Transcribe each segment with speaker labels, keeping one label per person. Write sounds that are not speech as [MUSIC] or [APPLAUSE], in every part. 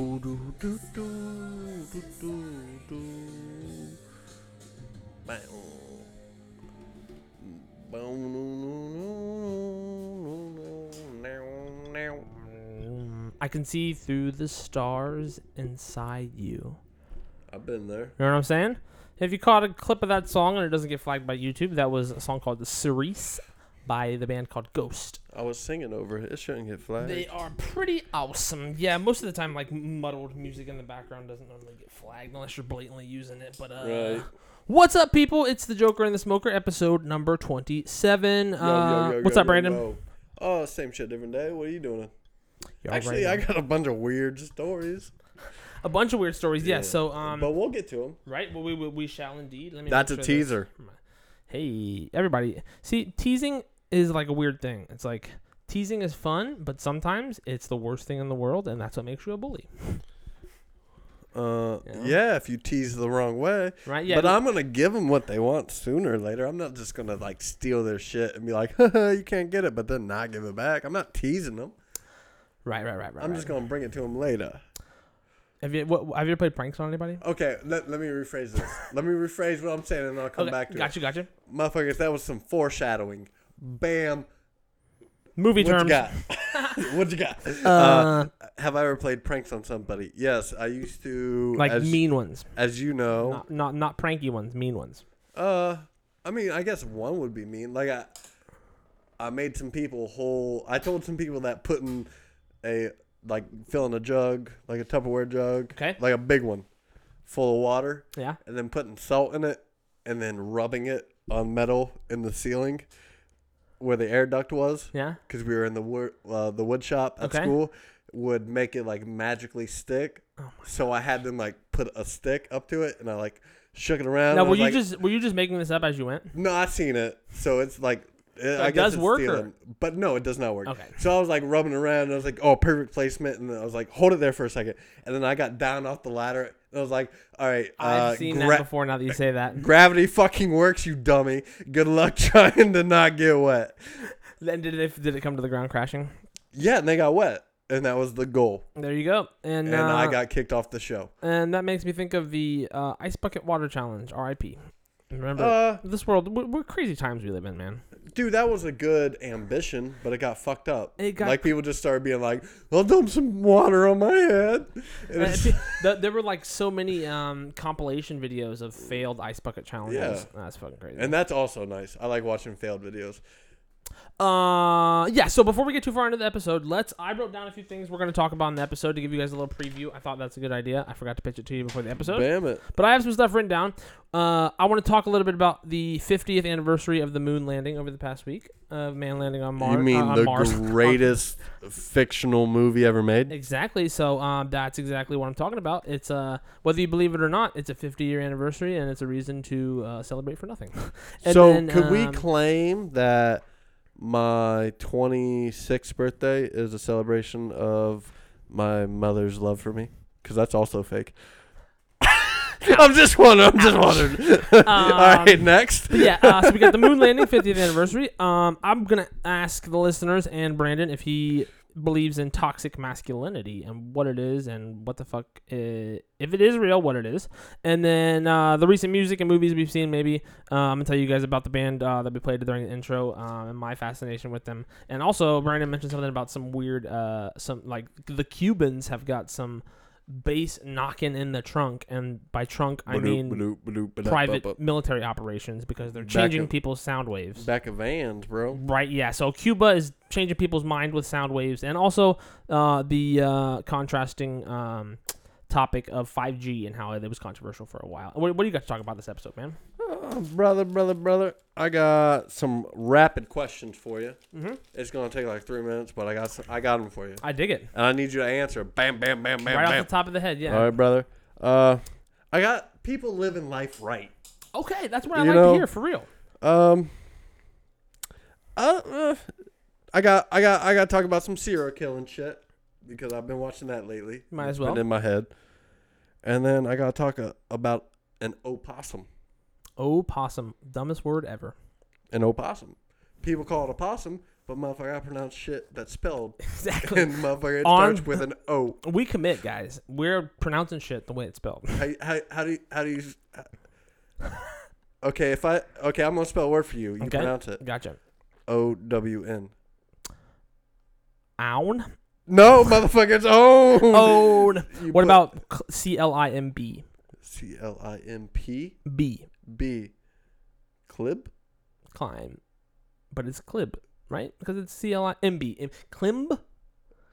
Speaker 1: Do, do, do, do, do. Bow. Bow, no, no, no, no, no, now, now.
Speaker 2: I can see through the stars inside you.
Speaker 1: I've been there.
Speaker 2: You know what I'm saying? If you caught a clip of that song and it doesn't get flagged by YouTube, that was a song called The Cerise by the band called Ghost.
Speaker 1: I was singing over it. It shouldn't get flagged.
Speaker 2: They are pretty awesome. Yeah, most of the time, like muddled music in the background doesn't normally get flagged unless you're blatantly using it. But uh,
Speaker 1: Right.
Speaker 2: what's up, people? It's the Joker and the Smoker, episode number twenty-seven.
Speaker 1: Yo, yo,
Speaker 2: uh,
Speaker 1: yo,
Speaker 2: what's
Speaker 1: yo,
Speaker 2: up,
Speaker 1: yo,
Speaker 2: Brandon?
Speaker 1: yo. Oh, same shit, different day. What are you doing?
Speaker 2: Yo,
Speaker 1: Actually, I
Speaker 2: Brandon.
Speaker 1: got a bunch of weird stories,
Speaker 2: a bunch of weird stories. Yeah.
Speaker 1: Yeah.
Speaker 2: So um,
Speaker 1: but we'll get to them.
Speaker 2: Right. Well, we we, we shall indeed. Let me.
Speaker 1: That's
Speaker 2: make
Speaker 1: a
Speaker 2: sure this-
Speaker 1: teaser.
Speaker 2: Hey, everybody. See, teasing is like a weird thing. It's like teasing is fun, but sometimes it's the worst thing in the world, and that's what makes you a bully.
Speaker 1: Uh,
Speaker 2: Yeah.
Speaker 1: yeah. if you tease the wrong way.
Speaker 2: Right? Yeah.
Speaker 1: but I'm gonna give them what they want sooner or later. I'm not just gonna like steal their shit and be like, [LAUGHS] you can't get it, but then not give it back. I'm not teasing them.
Speaker 2: right. Right. Right. Right.
Speaker 1: I'm just gonna bring it to them later.
Speaker 2: Have you what, have you ever played pranks on anybody?
Speaker 1: Okay, let, let me rephrase
Speaker 2: [LAUGHS]
Speaker 1: this. let me rephrase what I'm saying, and I'll come
Speaker 2: Okay,
Speaker 1: back to
Speaker 2: Gotcha. Gotcha.
Speaker 1: it. Motherfuckers, that was some foreshadowing. Bam.
Speaker 2: Movie
Speaker 1: What you
Speaker 2: terms. [LAUGHS]
Speaker 1: got? what you got? [LAUGHS] Uh,
Speaker 2: Uh,
Speaker 1: have I ever played pranks on somebody? Yes, I used to.
Speaker 2: like
Speaker 1: as,
Speaker 2: mean ones,
Speaker 1: as you know.
Speaker 2: not, not not pranky ones, mean ones.
Speaker 1: Uh, I mean, I guess one would be mean. Like I, I made some people whole. I told some people that putting a like filling a jug, like a Tupperware jug,
Speaker 2: Okay.
Speaker 1: like a big one, full of water,
Speaker 2: Yeah.
Speaker 1: and then putting salt in it, and then rubbing it on metal in the ceiling, where the air duct was,
Speaker 2: Yeah.
Speaker 1: because we were in the wood uh, the wood shop at
Speaker 2: Okay.
Speaker 1: school, would make it like magically stick.
Speaker 2: Oh
Speaker 1: so I had them like put a stick up to it, and I like shook it around.
Speaker 2: now,
Speaker 1: and
Speaker 2: were
Speaker 1: was
Speaker 2: you
Speaker 1: like,
Speaker 2: just were you just making this up as you went?
Speaker 1: no, I've seen it. So it's like it, I guess
Speaker 2: does
Speaker 1: it's
Speaker 2: work, or-
Speaker 1: stealing, but no, it does not work.
Speaker 2: Okay.
Speaker 1: So I was like rubbing around, and I was like, "Oh, perfect placement," and then I was like, "Hold it there for a second. and then I got down off the ladder, and I was like, "All right, uh,
Speaker 2: I've seen
Speaker 1: gra-
Speaker 2: that before. Now that you say that,
Speaker 1: gravity fucking works, you dummy. Good luck [LAUGHS] trying to not get wet."
Speaker 2: then did it did it come to the ground crashing?
Speaker 1: Yeah, and they got wet, and that was the goal.
Speaker 2: There you go. And
Speaker 1: And I
Speaker 2: uh,
Speaker 1: got kicked off the show.
Speaker 2: And that makes me think of the uh, ice bucket water challenge, RIP. Remember
Speaker 1: Uh,
Speaker 2: this world? What, what crazy times we live in, man.
Speaker 1: dude, that was a good ambition, but it got fucked up.
Speaker 2: It got-
Speaker 1: like people just started being like, "I'll dump some water on my head." [LAUGHS] And
Speaker 2: Uh, [LAUGHS]
Speaker 1: it's-
Speaker 2: th- there were like so many um, compilation videos of failed ice bucket challenges. That's fucking crazy.
Speaker 1: And that's also nice. I like watching failed videos.
Speaker 2: uh, yeah. So before we get too far into the episode, let's. I wrote down a few things we're going to talk about in the episode to give you guys a little preview. I thought that's a good idea. I forgot to pitch it to you before the episode.
Speaker 1: Bam it.
Speaker 2: But I have some stuff written down. Uh, I want to talk a little bit about the 50th anniversary of the moon landing over the past week of man landing on Mars.
Speaker 1: you mean
Speaker 2: on
Speaker 1: the
Speaker 2: Mars. [LAUGHS]
Speaker 1: greatest fictional movie ever made?
Speaker 2: Exactly. So um, that's exactly what I'm talking about. It's uh, whether you believe it or not, it's a 50 year anniversary, and it's a reason to uh, celebrate for nothing. And
Speaker 1: so
Speaker 2: then,
Speaker 1: could we
Speaker 2: um,
Speaker 1: claim that my 26th birthday is a celebration of my mother's love for me? Because that's also fake. [LAUGHS] I'm just wondering. I'm just wondering. [LAUGHS] All right, next.
Speaker 2: [LAUGHS] but Um, yeah. Uh, so we got the
Speaker 1: [LAUGHS]
Speaker 2: moon landing 50th anniversary. Um, I'm gonna ask the listeners and Brandon if he believes in toxic masculinity and what it is and what the fuck i- if it is real what it is and then uh, the recent music and movies we've seen maybe uh, i'm gonna tell you guys about the band uh, that we played during the intro um, and my fascination with them and also brandon mentioned something about some weird uh, some like the cubans have got some bass knocking in the trunk and by trunk i mean private military operations because they're
Speaker 1: Back
Speaker 2: changing
Speaker 1: up.
Speaker 2: people's sound waves.
Speaker 1: Back of vans, bro.
Speaker 2: Right, yeah. So Cuba is changing people's mind with sound waves, and also uh, the uh, contrasting um, topic of 5G and how it was controversial for a while. What, what do you got to talk about this episode, man?
Speaker 1: Oh, brother, brother, brother. I got some rapid questions for you.
Speaker 2: Mm-hmm.
Speaker 1: It's gonna take like three minutes, but I got some, I got them for you,
Speaker 2: I dig it.
Speaker 1: and I need you to answer. Bam, bam, bam, bam,
Speaker 2: right
Speaker 1: bam.
Speaker 2: off the top of the head, yeah.
Speaker 1: All right, brother. Uh, I got people living life right.
Speaker 2: Okay, that's what I
Speaker 1: You
Speaker 2: like
Speaker 1: know-
Speaker 2: to hear for real.
Speaker 1: Um, uh, uh, I got, I got, I got to talk about some serial killing shit because I've been watching that lately.
Speaker 2: Might as
Speaker 1: It's been
Speaker 2: well.
Speaker 1: in my head. And then I got to talk uh about an opossum.
Speaker 2: Oh, possum, dumbest word ever.
Speaker 1: An opossum. People call it a possum, but motherfucker, I pronounce shit that's spelled
Speaker 2: [LAUGHS]
Speaker 1: [LAUGHS]
Speaker 2: Exactly.
Speaker 1: and motherfucker it
Speaker 2: On-
Speaker 1: starts with an O.
Speaker 2: we commit, guys. We're pronouncing shit the way it's spelled.
Speaker 1: How, how, how do you, how do you? uh, Okay, if I okay, I'm gonna spell a word for you. You
Speaker 2: Okay.
Speaker 1: pronounce it
Speaker 2: Gotcha.
Speaker 1: O W N.
Speaker 2: Own.
Speaker 1: No, [LAUGHS] motherfucker, it's
Speaker 2: [LAUGHS]
Speaker 1: own.
Speaker 2: Own.
Speaker 1: [LAUGHS] You
Speaker 2: What
Speaker 1: put
Speaker 2: about cl- C L I M B?
Speaker 1: C L I M P
Speaker 2: B.
Speaker 1: B? Clib.
Speaker 2: Climb. But it's clib, right? Because it's C L I M B. Im- Climb?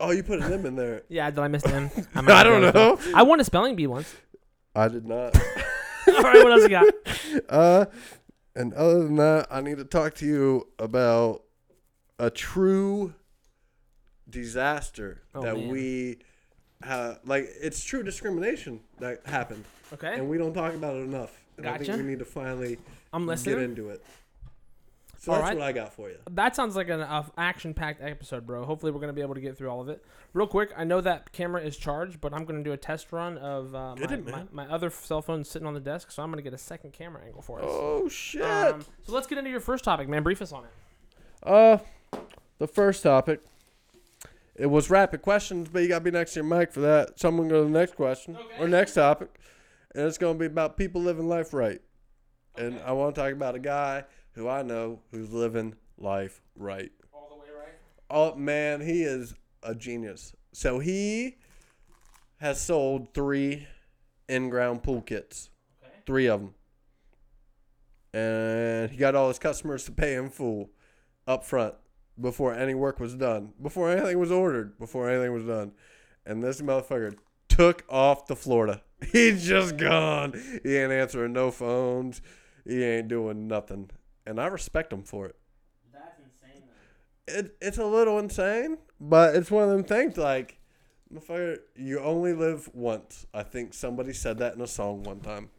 Speaker 1: Oh, you put an M in there.
Speaker 2: Yeah, did I miss
Speaker 1: [LAUGHS]
Speaker 2: the M? I might
Speaker 1: I
Speaker 2: have
Speaker 1: don't
Speaker 2: done it.
Speaker 1: know.
Speaker 2: I won a spelling bee once.
Speaker 1: I did not.
Speaker 2: [LAUGHS] All right, what else you got?
Speaker 1: [LAUGHS] Uh, and other than that, I need to talk to you about a true disaster
Speaker 2: Oh,
Speaker 1: that
Speaker 2: man.
Speaker 1: we have. Like, it's true discrimination that happened,
Speaker 2: Okay,
Speaker 1: and we don't talk about it enough. And I think
Speaker 2: Gotcha.
Speaker 1: we need to finally
Speaker 2: I'm
Speaker 1: get
Speaker 2: listening.
Speaker 1: into it. So
Speaker 2: All
Speaker 1: that's
Speaker 2: right.
Speaker 1: what I got for you.
Speaker 2: That sounds like an uh, action-packed episode, bro. Hopefully, we're gonna be able to get through all of it real quick. I know that camera is charged, but I'm gonna do a test run of uh, my,
Speaker 1: Get it,
Speaker 2: my,
Speaker 1: man.
Speaker 2: my other cell phone sitting on the desk, so I'm gonna get a second camera angle for us.
Speaker 1: Oh shit!
Speaker 2: Um, so let's get into your first topic, man. Brief us on it.
Speaker 1: Uh, the first topic. It was rapid questions, but you gotta be next to your mic for that. So I'm gonna go to the next question or next topic, and it's gonna be about people living life right. And I want to talk about a guy who I know who's living life right.
Speaker 2: All the way right.
Speaker 1: Oh man, he is a genius. So he has sold three in-ground pool kits,
Speaker 2: Okay.
Speaker 1: three of them, and he got all his customers to pay him full up front before any work was done, before anything was ordered, before anything was done, and this motherfucker took off to Florida. [LAUGHS] He's just gone. He ain't answering no phones. He ain't doing nothing, and I respect him for it
Speaker 2: That's insane. Though.
Speaker 1: it, it's a little insane, but it's one of them things like, motherfucker, you only live once. I think somebody said that in a song one time.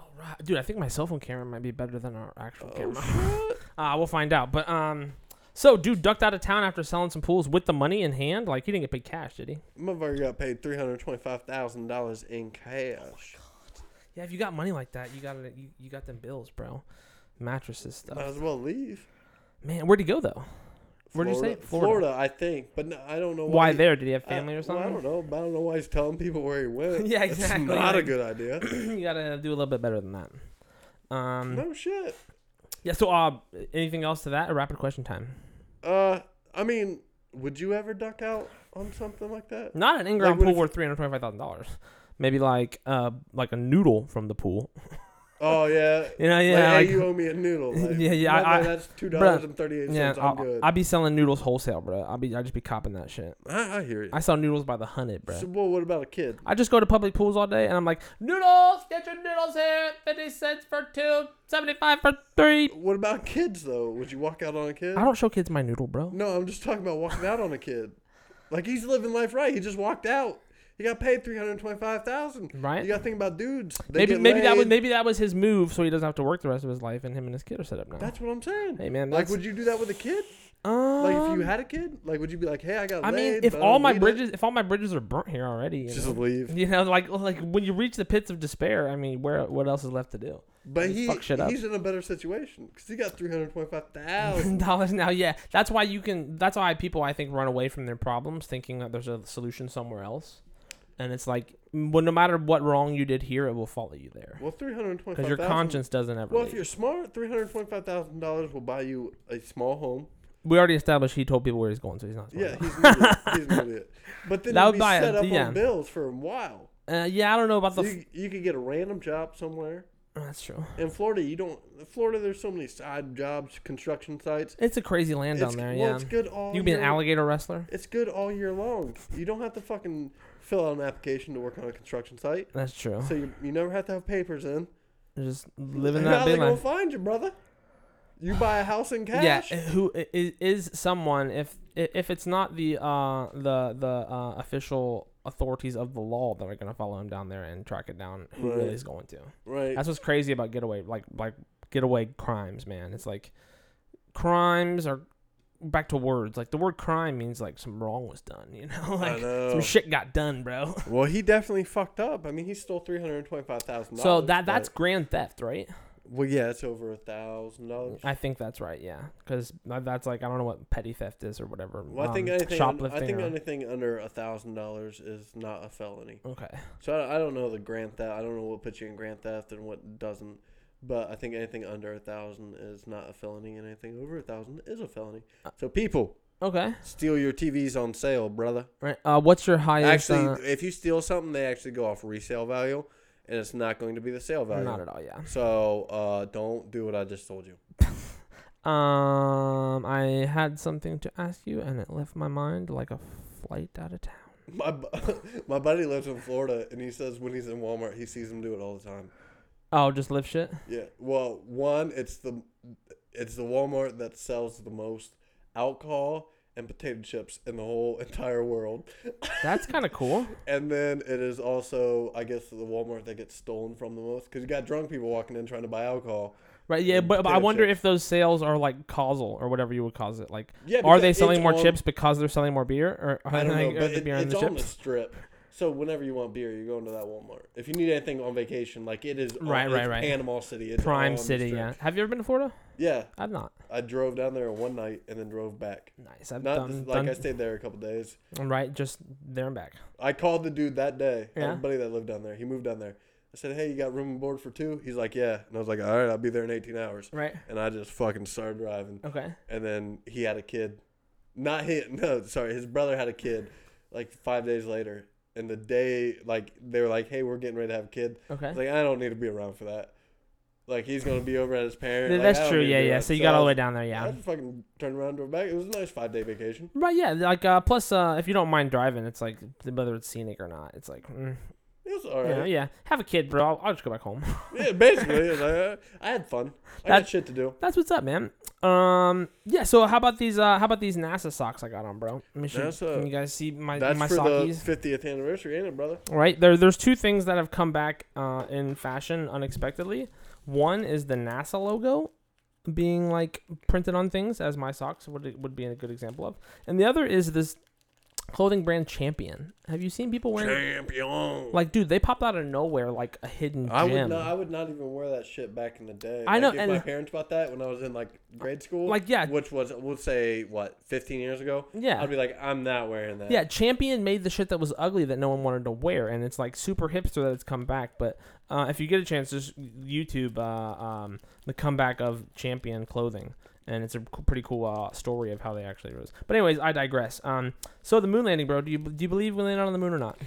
Speaker 2: All right, dude. I think my cell phone camera might be better than our actual
Speaker 1: Oh,
Speaker 2: camera.
Speaker 1: shit.
Speaker 2: Uh, we'll find out. But um, so dude ducked out of town after selling some pools with the money in hand. Like he didn't get paid cash, did he?
Speaker 1: Motherfucker got paid $325,000 in cash.
Speaker 2: Yeah, if you got money like that, you got to you, you got them bills, bro. Mattresses
Speaker 1: Might
Speaker 2: stuff.
Speaker 1: as well leave.
Speaker 2: Man, where'd he go though? Where'd you
Speaker 1: Florida,
Speaker 2: say?
Speaker 1: Florida.
Speaker 2: Florida.
Speaker 1: I think. But no, I don't know
Speaker 2: Why
Speaker 1: he-
Speaker 2: there? Did he have
Speaker 1: [LAUGHS] I-
Speaker 2: family or
Speaker 1: well, I
Speaker 2: [CLEARS THROAT]
Speaker 1: don't
Speaker 2: something?
Speaker 1: know. But I don't know why he's telling people where he went.
Speaker 2: [LAUGHS] Yeah,
Speaker 1: That's
Speaker 2: exactly,
Speaker 1: not a
Speaker 2: like-
Speaker 1: good idea.
Speaker 2: you gotta do a little bit better than that. Um,
Speaker 1: no shit.
Speaker 2: yeah. So, uh, anything else to that? A rapid question time.
Speaker 1: Uh, I mean, would you ever duck out on something like that?
Speaker 2: Not an in-ground
Speaker 1: what
Speaker 2: pool
Speaker 1: if-
Speaker 2: worth three hundred twenty-five thousand dollars. Maybe like uh, like a noodle from the pool.
Speaker 1: Oh, yeah.
Speaker 2: You know,
Speaker 1: like,
Speaker 2: yeah,
Speaker 1: hey,
Speaker 2: like,
Speaker 1: you owe me a
Speaker 2: [LAUGHS]
Speaker 1: noodle. Like,
Speaker 2: Yeah, yeah,
Speaker 1: no,
Speaker 2: I-
Speaker 1: no,
Speaker 2: I-
Speaker 1: that's two dollars and thirty eight
Speaker 2: yeah.
Speaker 1: cents. I'm
Speaker 2: I'll,
Speaker 1: good. I,
Speaker 2: I'll be selling noodles wholesale, bro. I'll be I just be copping that shit.
Speaker 1: I, hear you.
Speaker 2: I sell noodles by the hundred, bro.
Speaker 1: so, well, what about a kid?
Speaker 2: I just go to public pools all day and I'm like, noodles, get your noodles here. 50 cents for two, 75 for three.
Speaker 1: What about kids though? Would you walk out on a kid?
Speaker 2: I don't show kids my noodle, bro.
Speaker 1: No, I'm just talking about walking out on a kid. Like he's living life right. He just walked out. He got paid three hundred twenty five thousand.
Speaker 2: Right?
Speaker 1: You got to think about dudes. They
Speaker 2: Maybe
Speaker 1: get
Speaker 2: maybe that was
Speaker 1: laid.
Speaker 2: maybe that was his move so he doesn't have to work the rest of his life and him and his kid are set up now.
Speaker 1: That's what I'm saying.
Speaker 2: hey man,
Speaker 1: like,
Speaker 2: that's,
Speaker 1: would you do that with a kid?
Speaker 2: um,
Speaker 1: Like, if you had a kid, like, would you be like, "Hey, I got
Speaker 2: I mean,
Speaker 1: laid,
Speaker 2: if
Speaker 1: but I
Speaker 2: all
Speaker 1: don't
Speaker 2: my
Speaker 1: need it.
Speaker 2: bridges if all my bridges are burnt here already, you
Speaker 1: just
Speaker 2: know? [LAUGHS]
Speaker 1: leave."
Speaker 2: You know, like like when you reach the pits of despair, I mean, where what else is left to do?
Speaker 1: But
Speaker 2: Just
Speaker 1: he
Speaker 2: fuck shit up.
Speaker 1: he's in a better situation because he got three hundred twenty five thousand.
Speaker 2: [LAUGHS] dollars now, yeah. That's why you can. That's why people I think run away from their problems, thinking that there's a solution somewhere else. And it's like, well, no matter what wrong you did here, it will follow you there
Speaker 1: Well, three hundred twenty five
Speaker 2: because your conscience doesn't ever.
Speaker 1: Well, if
Speaker 2: leave.
Speaker 1: you're smart, three hundred twenty-five thousand dollars will buy you a small home.
Speaker 2: We already established he told people where he's going, so he's not.
Speaker 1: Yeah,
Speaker 2: Yeah,
Speaker 1: he's an idiot. he's an
Speaker 2: [LAUGHS]
Speaker 1: idiot. But then
Speaker 2: That
Speaker 1: you'd
Speaker 2: would
Speaker 1: be
Speaker 2: buy
Speaker 1: set
Speaker 2: a-
Speaker 1: up
Speaker 2: yeah.
Speaker 1: on bills for a while.
Speaker 2: uh, yeah. I don't know about the. f- oh,
Speaker 1: You, you could get a random job somewhere
Speaker 2: that's true.
Speaker 1: in Florida. You don't Florida. There's so many side jobs, construction sites.
Speaker 2: It's a crazy land
Speaker 1: It's,
Speaker 2: down there.
Speaker 1: well,
Speaker 2: yeah,
Speaker 1: it's good all.
Speaker 2: you can be an
Speaker 1: year-
Speaker 2: alligator wrestler.
Speaker 1: It's good all year long. You don't have to fucking fill out an application to work on a construction site.
Speaker 2: That's true.
Speaker 1: So you, you never have to have papers in.
Speaker 2: You're just living
Speaker 1: How
Speaker 2: that
Speaker 1: they
Speaker 2: big
Speaker 1: gonna
Speaker 2: life.
Speaker 1: find you, brother? You buy a house in
Speaker 2: Yeah, eh.
Speaker 1: cash.
Speaker 2: who i- i- is someone if i- if it's not the uh the the uh, official authorities of the law that are gonna follow him down there and track it down, who
Speaker 1: Right.
Speaker 2: really is going to?
Speaker 1: Right.
Speaker 2: That's what's crazy about getaway like like getaway crimes, man. It's like crimes are back to words. Like the word crime means like some wrong was done, you [LAUGHS] know?
Speaker 1: I
Speaker 2: Like
Speaker 1: know.
Speaker 2: some shit got done, bro. [LAUGHS]
Speaker 1: Well, he definitely fucked up. I mean, he stole three hundred twenty-five thousand.
Speaker 2: so that that's grand theft, right?
Speaker 1: Well, yeah, it's over a thousand dollars.
Speaker 2: I think that's right, yeah, because that's like I don't know what petty theft is or whatever.
Speaker 1: Well, I think
Speaker 2: um,
Speaker 1: anything. un- I
Speaker 2: shoplifting.
Speaker 1: think
Speaker 2: or-
Speaker 1: anything under a thousand dollars is not a felony.
Speaker 2: okay,
Speaker 1: So I, I don't know the grand theft. I don't know what puts you in grand theft and what doesn't. But I think anything under a thousand is not a felony, and anything over a thousand is a felony. So people,
Speaker 2: okay,
Speaker 1: steal your TVs on sale, brother.
Speaker 2: right. Uh, what's your highest? uh,
Speaker 1: actually, if you steal something, they actually go off resale value, and it's not going to be the sale
Speaker 2: uh,
Speaker 1: value.
Speaker 2: not at all, yeah.
Speaker 1: So uh, don't do what I just told you.
Speaker 2: Um, I had something to ask you, and it left my mind like a flight out of town.
Speaker 1: My bu- [LAUGHS] my buddy lives in Florida, and he says when he's in Walmart, he sees them do it all the time.
Speaker 2: Oh, just live shit.
Speaker 1: Yeah. Well, one, it's the it's the Walmart that sells the most alcohol and potato chips in the whole [LAUGHS] entire world, [LAUGHS]
Speaker 2: That's kind of cool.
Speaker 1: and then it is also, I guess, the Walmart that gets stolen from the most because you got drunk people walking in trying to buy alcohol.
Speaker 2: Right, yeah,
Speaker 1: And
Speaker 2: but, but I
Speaker 1: potato
Speaker 2: wonder
Speaker 1: chips.
Speaker 2: if those sales are like causal or whatever you would cause it. Like,
Speaker 1: Yeah.
Speaker 2: are
Speaker 1: because
Speaker 2: they
Speaker 1: it's
Speaker 2: selling more
Speaker 1: on-
Speaker 2: chips because they're selling more beer, or are [LAUGHS]
Speaker 1: I don't
Speaker 2: they-
Speaker 1: know,
Speaker 2: are
Speaker 1: but
Speaker 2: the
Speaker 1: it-
Speaker 2: beer and
Speaker 1: it's
Speaker 2: the
Speaker 1: on
Speaker 2: chips?
Speaker 1: the strip. So whenever you want beer, you go into that Walmart. If you need anything on vacation, like it is on-
Speaker 2: Right, right,
Speaker 1: it's
Speaker 2: right.
Speaker 1: Panama City, it's on
Speaker 2: Prime
Speaker 1: the
Speaker 2: City,
Speaker 1: strip.
Speaker 2: yeah. Have you ever been to Florida?
Speaker 1: yeah.
Speaker 2: I've not.
Speaker 1: I drove down there one night and then drove back.
Speaker 2: Nice. I've
Speaker 1: Not
Speaker 2: done,
Speaker 1: just- like I
Speaker 2: done
Speaker 1: stayed there a couple days.
Speaker 2: right, just there and back.
Speaker 1: I called the dude that day. I had
Speaker 2: Yeah.
Speaker 1: a buddy that lived down there. He moved down there. I said, "Hey, you got room and board for two? He's like, "Yeah." And I was like, "All right, I'll be there in 18 hours."
Speaker 2: Right.
Speaker 1: And I just fucking started driving.
Speaker 2: Okay.
Speaker 1: And then he had a kid. Not he. No, sorry. His brother had a kid. Like five days later, and the day like they were like, "Hey, we're getting ready to have a kid." I
Speaker 2: Okay.
Speaker 1: was like, "I don't need to be around for that." Like he's gonna be over at his parents.
Speaker 2: Th- That's true. Yeah, yeah. So you got all the way down there, yeah.
Speaker 1: I just fucking turned around, drove back. It was a nice five day vacation.
Speaker 2: Right, yeah. Like, uh, plus, uh, if you don't mind driving, it's like whether it's scenic or not, it's like, mm,
Speaker 1: It was all
Speaker 2: you know,
Speaker 1: right.
Speaker 2: yeah. Have a kid, bro. I'll, I'll just go back home. [LAUGHS]
Speaker 1: Yeah, basically, it was like, uh, I had fun. I
Speaker 2: That-
Speaker 1: got shit to do.
Speaker 2: That's what's up, man. Um, yeah. So how about these? Uh, how about these NASA socks I got on, bro? Let me show-
Speaker 1: NASA.
Speaker 2: Can you guys see my
Speaker 1: That's
Speaker 2: my
Speaker 1: for
Speaker 2: sockies?
Speaker 1: the 50th anniversary, ain't it, brother?
Speaker 2: Right there. There's two things that have come back uh, in fashion unexpectedly. One is the NASA logo being like printed on things, as my socks would would be a good example of, and the other is this clothing brand Champion. Have you seen people wearing?
Speaker 1: Champion.
Speaker 2: Like, dude, they popped out of nowhere like a hidden gem.
Speaker 1: I would not. I would not even wear that shit back in the day.
Speaker 2: I
Speaker 1: Like,
Speaker 2: know,
Speaker 1: If
Speaker 2: and-
Speaker 1: my parents bought that when I was in like grade school,
Speaker 2: Like, yeah.
Speaker 1: which was we'll say what 15 years ago.
Speaker 2: yeah.
Speaker 1: I'd be like, I'm not wearing that.
Speaker 2: yeah, Champion made the shit that was ugly that no one wanted to wear, and it's like super hipster that it's come back. But uh, if you get a chance, just YouTube uh, um, the comeback of Champion clothing, and it's a c- pretty cool uh, story of how they actually rose. But anyways, I digress. Um, so the moon landing, bro. Do you do you believe we landed on the moon or not?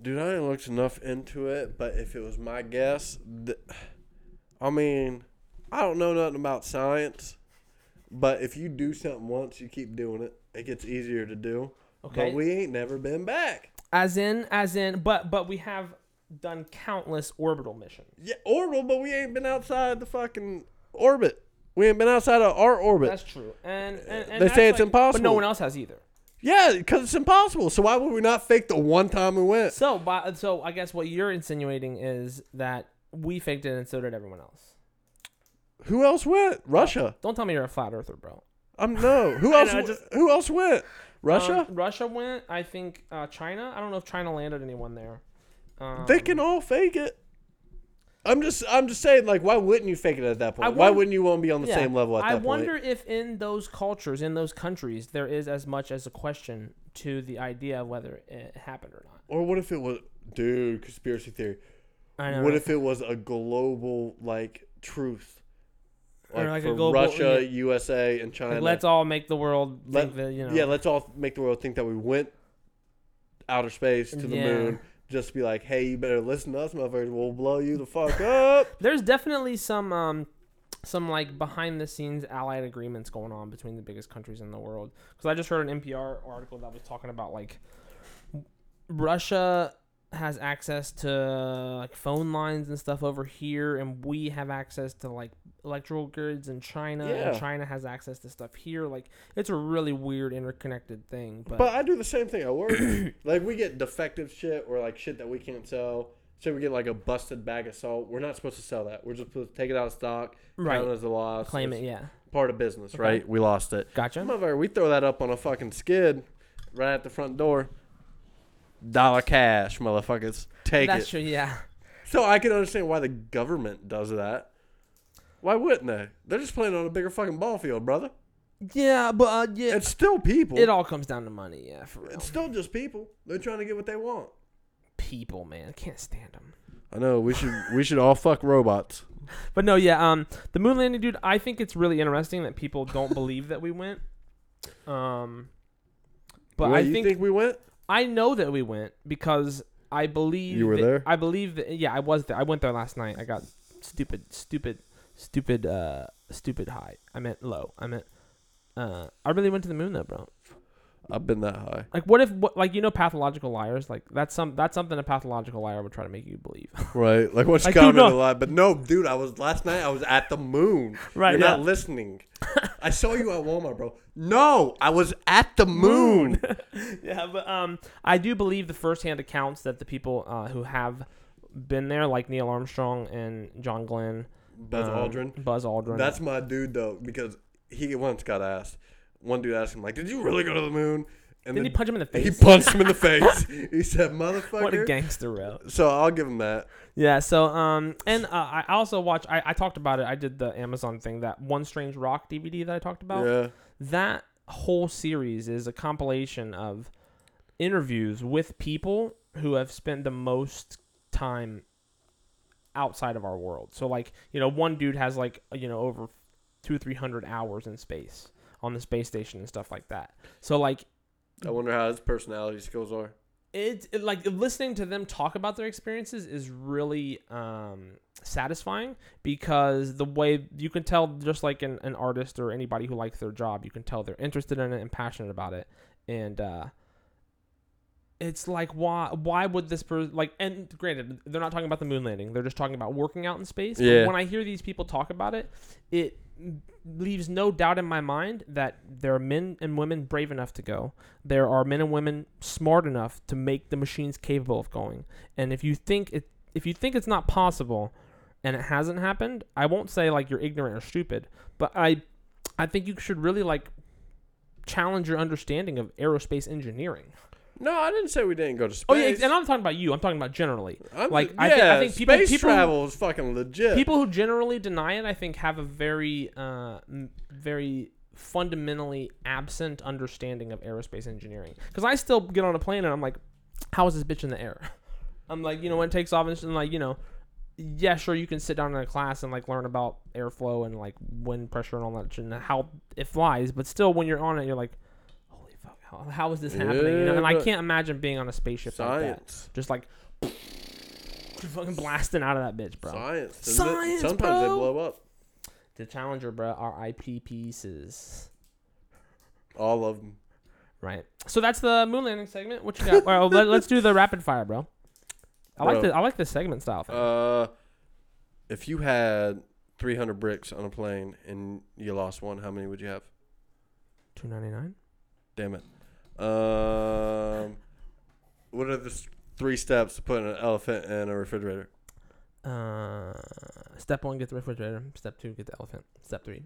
Speaker 1: Dude, I ain't looked enough into it, but if it was my guess, th- I mean, I don't know nothing about science, but if you do something once, you keep doing it. It gets easier to do.
Speaker 2: Okay.
Speaker 1: But we ain't never been back.
Speaker 2: as in, as in, but but we have done countless orbital missions.
Speaker 1: Yeah, orbital, but we ain't been outside the fucking orbit. We ain't been outside of our orbit.
Speaker 2: That's true. And, and, and
Speaker 1: They
Speaker 2: that's
Speaker 1: say it's
Speaker 2: like- but no
Speaker 1: impossible.
Speaker 2: one else has either.
Speaker 1: yeah, because it's impossible. So why would we not fake the one time we went?
Speaker 2: So, by, so I guess what you're insinuating is that we faked it and so did everyone else.
Speaker 1: Who else went? Russia.
Speaker 2: Don't tell me you're a flat earther, bro.
Speaker 1: I'm no. Who
Speaker 2: [LAUGHS] I
Speaker 1: else?
Speaker 2: know, I
Speaker 1: w-
Speaker 2: just-
Speaker 1: who else went? Russia.
Speaker 2: Um, Russia went. I think uh, China. I don't know if China landed anyone there. Um,
Speaker 1: They can all fake it. I'm just I'm just saying like why wouldn't you fake it at that point?
Speaker 2: I
Speaker 1: why
Speaker 2: won-
Speaker 1: wouldn't you want to be on the
Speaker 2: yeah.
Speaker 1: same level at
Speaker 2: I
Speaker 1: that point?
Speaker 2: wonder if in those cultures, in those countries, there is as much as a question to the idea of whether it happened or not.
Speaker 1: Or what if it was dude, conspiracy theory.
Speaker 2: I know.
Speaker 1: What if it was a global like truth?
Speaker 2: Or
Speaker 1: Like,
Speaker 2: like a
Speaker 1: for
Speaker 2: global-
Speaker 1: Russia,
Speaker 2: yeah.
Speaker 1: USA and China.
Speaker 2: Like, let's all make the world
Speaker 1: Let-
Speaker 2: think that you know.
Speaker 1: Yeah, let's all make the world think that we went outer space to the
Speaker 2: Yeah.
Speaker 1: moon. Just be like, hey, you better listen to us, motherfuckers. We'll blow you the fuck
Speaker 2: [LAUGHS]
Speaker 1: up.
Speaker 2: There's definitely some um some like behind the scenes allied agreements going on between the biggest countries in the world. Cuz I just heard an NPR article that was talking about like Russia has access to like phone lines and stuff over here and we have access to like electrical goods in China
Speaker 1: Yeah.
Speaker 2: and China has access to stuff here like it's a really weird interconnected thing but,
Speaker 1: But I do the same thing at work. like we get defective shit or like shit that we can't sell. Say we get like a busted bag of salt. We're not supposed to sell that. We're just supposed to take it out of stock,
Speaker 2: Right.
Speaker 1: count it as a loss,
Speaker 2: claim
Speaker 1: It's
Speaker 2: it yeah
Speaker 1: Part of business, right? We lost it.
Speaker 2: gotcha
Speaker 1: Motherfucker, we throw that up on a fucking skid right at the front door. Dollar cash, motherfuckers. Take
Speaker 2: that's
Speaker 1: it.
Speaker 2: true yeah
Speaker 1: So I can understand why the government does that. Why wouldn't they? They're just playing on a bigger fucking ball field, brother.
Speaker 2: Yeah, but uh, yeah,
Speaker 1: It's still people.
Speaker 2: it all comes down to money. Yeah, for real.
Speaker 1: it's still just people. They're trying to get what they want.
Speaker 2: People, man, I can't stand them.
Speaker 1: I know. We should we should all fuck robots.
Speaker 2: But no, yeah, um, the moon landing, dude. I think it's really interesting that people don't believe that we went. Um, but
Speaker 1: Wait,
Speaker 2: I
Speaker 1: you
Speaker 2: think,
Speaker 1: we went?
Speaker 2: I know that we went because I believe
Speaker 1: You were
Speaker 2: that-
Speaker 1: there?
Speaker 2: I believe that yeah, I was there. I went there last night. I got stupid, stupid, stupid, uh, stupid high. I meant low. I meant. Uh, I really went to the moon though, bro.
Speaker 1: I've been that high.
Speaker 2: Like, what if, what, like, you know, pathological liars. Like, that's some, that's something a pathological liar would try to make you believe.
Speaker 1: Right. Like what's
Speaker 2: Like,
Speaker 1: common
Speaker 2: dude,
Speaker 1: in
Speaker 2: no.
Speaker 1: life. But no, dude, I was last night I was at the moon.
Speaker 2: Right,
Speaker 1: You're not
Speaker 2: yeah. [LAUGHS]
Speaker 1: listening. I saw you at Walmart, bro. No, I was at the moon.
Speaker 2: [LAUGHS] yeah, but um, I do believe the firsthand accounts that the people uh, who have been there, like Neil Armstrong and John Glenn,
Speaker 1: Buzz
Speaker 2: um,
Speaker 1: Aldrin.
Speaker 2: Buzz Aldrin.
Speaker 1: That's my dude though, because he once got asked. One dude asked him, like, Did you really go to the moon? And
Speaker 2: didn't he
Speaker 1: the-
Speaker 2: punch him in the
Speaker 1: he
Speaker 2: face?
Speaker 1: punched him in the face.
Speaker 2: [LAUGHS]
Speaker 1: He said, Motherfucker.
Speaker 2: what
Speaker 1: [LAUGHS]
Speaker 2: a gangster, bro.
Speaker 1: So I'll give him that.
Speaker 2: Yeah. So um, and uh, I also watched. I, I talked about it. I did the Amazon thing. That One Strange Rock DVD that I talked about.
Speaker 1: yeah.
Speaker 2: That whole series is a compilation of interviews with people who have spent the most time outside of our world. So like, you know, one dude has like, you know, over two or three hundred hours in space on the space station and stuff like that. So like
Speaker 1: I wonder how his personality skills are.
Speaker 2: it, it- like listening to them talk about their experiences is really um satisfying because the way you can tell just like an, an artist or anybody who likes their job you can tell they're interested in it and passionate about it and uh it's like why why would this person like and granted they're not talking about the moon landing they're just talking about working out in space But
Speaker 1: Yeah.
Speaker 2: when i hear these people talk about it it leaves no doubt in my mind that there are men and women brave enough to go there are men and women smart enough to make the machines capable of going and if you think it if you think it's not possible and it hasn't happened i won't say like you're ignorant or stupid but i i think you should really like challenge your understanding of aerospace engineering
Speaker 1: No, I didn't say we didn't go to space.
Speaker 2: Oh yeah, and I'm talking about you. I'm talking about generally.
Speaker 1: I'm
Speaker 2: like
Speaker 1: ju-
Speaker 2: I, thi-
Speaker 1: yeah,
Speaker 2: I think people
Speaker 1: space
Speaker 2: people
Speaker 1: travel is fucking legit.
Speaker 2: people who generally deny it, I think, have a very uh, m- very fundamentally absent understanding of aerospace engineering. Because I still get on a plane and I'm like, how is this bitch in the air? [LAUGHS] I'm like, you know, when it takes off and, it's- and like, you know, yeah, sure, you can sit down in a class and like learn about airflow and like wind pressure and all that shit and how it flies. But still, when you're on it, you're like, holy fuck, how, how is this happening? you know,
Speaker 1: Yeah,
Speaker 2: and I
Speaker 1: but-
Speaker 2: can't imagine being on a spaceship like that
Speaker 1: science,
Speaker 2: just like [LAUGHS] fucking blasting out of that bitch, bro.
Speaker 1: science, doesn't it?
Speaker 2: Science,
Speaker 1: Sometimes they
Speaker 2: bro.
Speaker 1: blow up.
Speaker 2: The Challenger, bro, R.I.P. pieces.
Speaker 1: All of them.
Speaker 2: Right. So that's the moon landing segment. What you got? well, let, us do the rapid fire, bro. I like
Speaker 1: Bro.
Speaker 2: the I like the segment style. Thing.
Speaker 1: Uh, if you had 300 bricks on a plane and you lost one, how many would you have?
Speaker 2: Two ninety nine.
Speaker 1: Damn it. Um, what are the s- three steps to putting an elephant in a refrigerator?
Speaker 2: Uh, step one, get the refrigerator. Step two, get the elephant. Step three,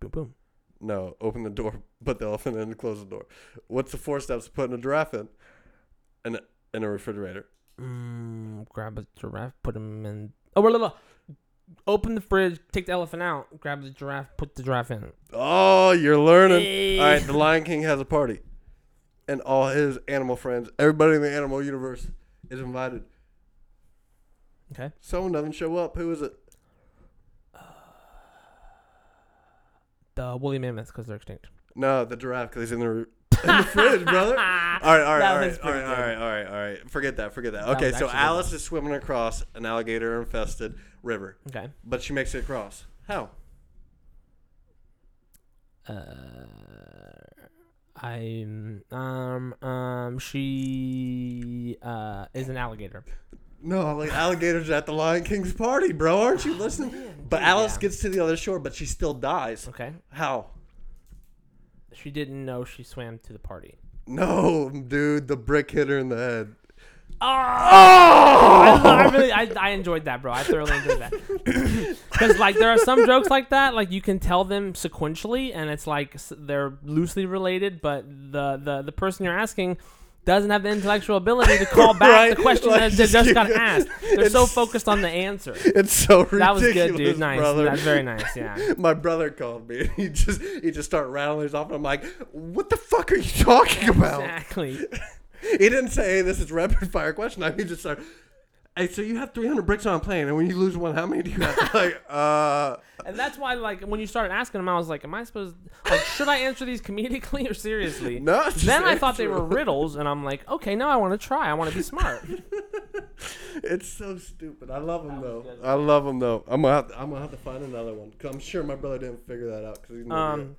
Speaker 2: boom boom.
Speaker 1: No, open the door, [LAUGHS] put the elephant in, close the door. What's the four steps to putting a giraffe in? In a, in a refrigerator.
Speaker 2: Mm, grab a giraffe, put him in. Oh, blah, blah, blah. open the fridge, take the elephant out, grab the giraffe, put the giraffe in.
Speaker 1: Oh, you're learning.
Speaker 2: Hey.
Speaker 1: All right, the Lion King has a party, and all his animal friends, everybody in the animal universe, is invited.
Speaker 2: Okay.
Speaker 1: Someone doesn't show up. Who is it?
Speaker 2: The woolly mammoths because they're extinct.
Speaker 1: No, the giraffe because he's [LAUGHS] in the, in the fridge,
Speaker 2: [LAUGHS]
Speaker 1: brother. All right, all right,
Speaker 2: That
Speaker 1: all
Speaker 2: was
Speaker 1: right, all right,
Speaker 2: pretty
Speaker 1: all right, all right, all right. Forget that. Forget that.
Speaker 2: That
Speaker 1: Okay,
Speaker 2: was
Speaker 1: so
Speaker 2: actually good.
Speaker 1: Alice is swimming across an alligator-infested river,
Speaker 2: Okay.
Speaker 1: but she makes it across. How?
Speaker 2: Uh, I um um she uh is an alligator.
Speaker 1: No, like alligators at the Lion King's party, bro. Aren't you listening? but Alice
Speaker 2: Yeah.
Speaker 1: gets to the other shore, but she still dies.
Speaker 2: Okay.
Speaker 1: How?
Speaker 2: She didn't know she swam to the party. [LAUGHS]
Speaker 1: No, dude, the brick hit her in the head.
Speaker 2: Oh, I, I really I, I enjoyed that, bro. I thoroughly enjoyed that. [COUGHS] Because like there are some jokes like that, like you can tell them sequentially, and it's like s- they're loosely related, but the the the person you're asking doesn't have the intellectual ability to call back
Speaker 1: Right?
Speaker 2: the question
Speaker 1: Like,
Speaker 2: that they just
Speaker 1: you- [LAUGHS]
Speaker 2: got asked. They're so
Speaker 1: it's-
Speaker 2: focused on the answer.
Speaker 1: It's so ridiculous.
Speaker 2: That was good, dude. Nice.
Speaker 1: brother.
Speaker 2: That's very nice. Yeah.
Speaker 1: [LAUGHS] My brother called me. and He just he just started rattling these off, and I'm like, "What the fuck are you talking about?" [LAUGHS]
Speaker 2: Exactly.
Speaker 1: He didn't say, "Hey, this is rapid fire question." I mean, he just started. Hey, so you have 300 bricks on a plane, and when you lose one, how many do you have? [LAUGHS] like, uh,
Speaker 2: And that's why, like, when you started asking them, I was like, "Am I supposed? Like, should I answer these [LAUGHS] comedically or seriously?"
Speaker 1: no. it's just
Speaker 2: then I thought they were
Speaker 1: answerable.
Speaker 2: riddles, and I'm like, "Okay, now I want to try. I want to be smart."
Speaker 1: [LAUGHS] It's so stupid. I love him though.
Speaker 2: good.
Speaker 1: I love him though. I'm gonna have to, I'm gonna have to find another one. i I'm sure my brother didn't figure that out because he's an idiot.
Speaker 2: Um,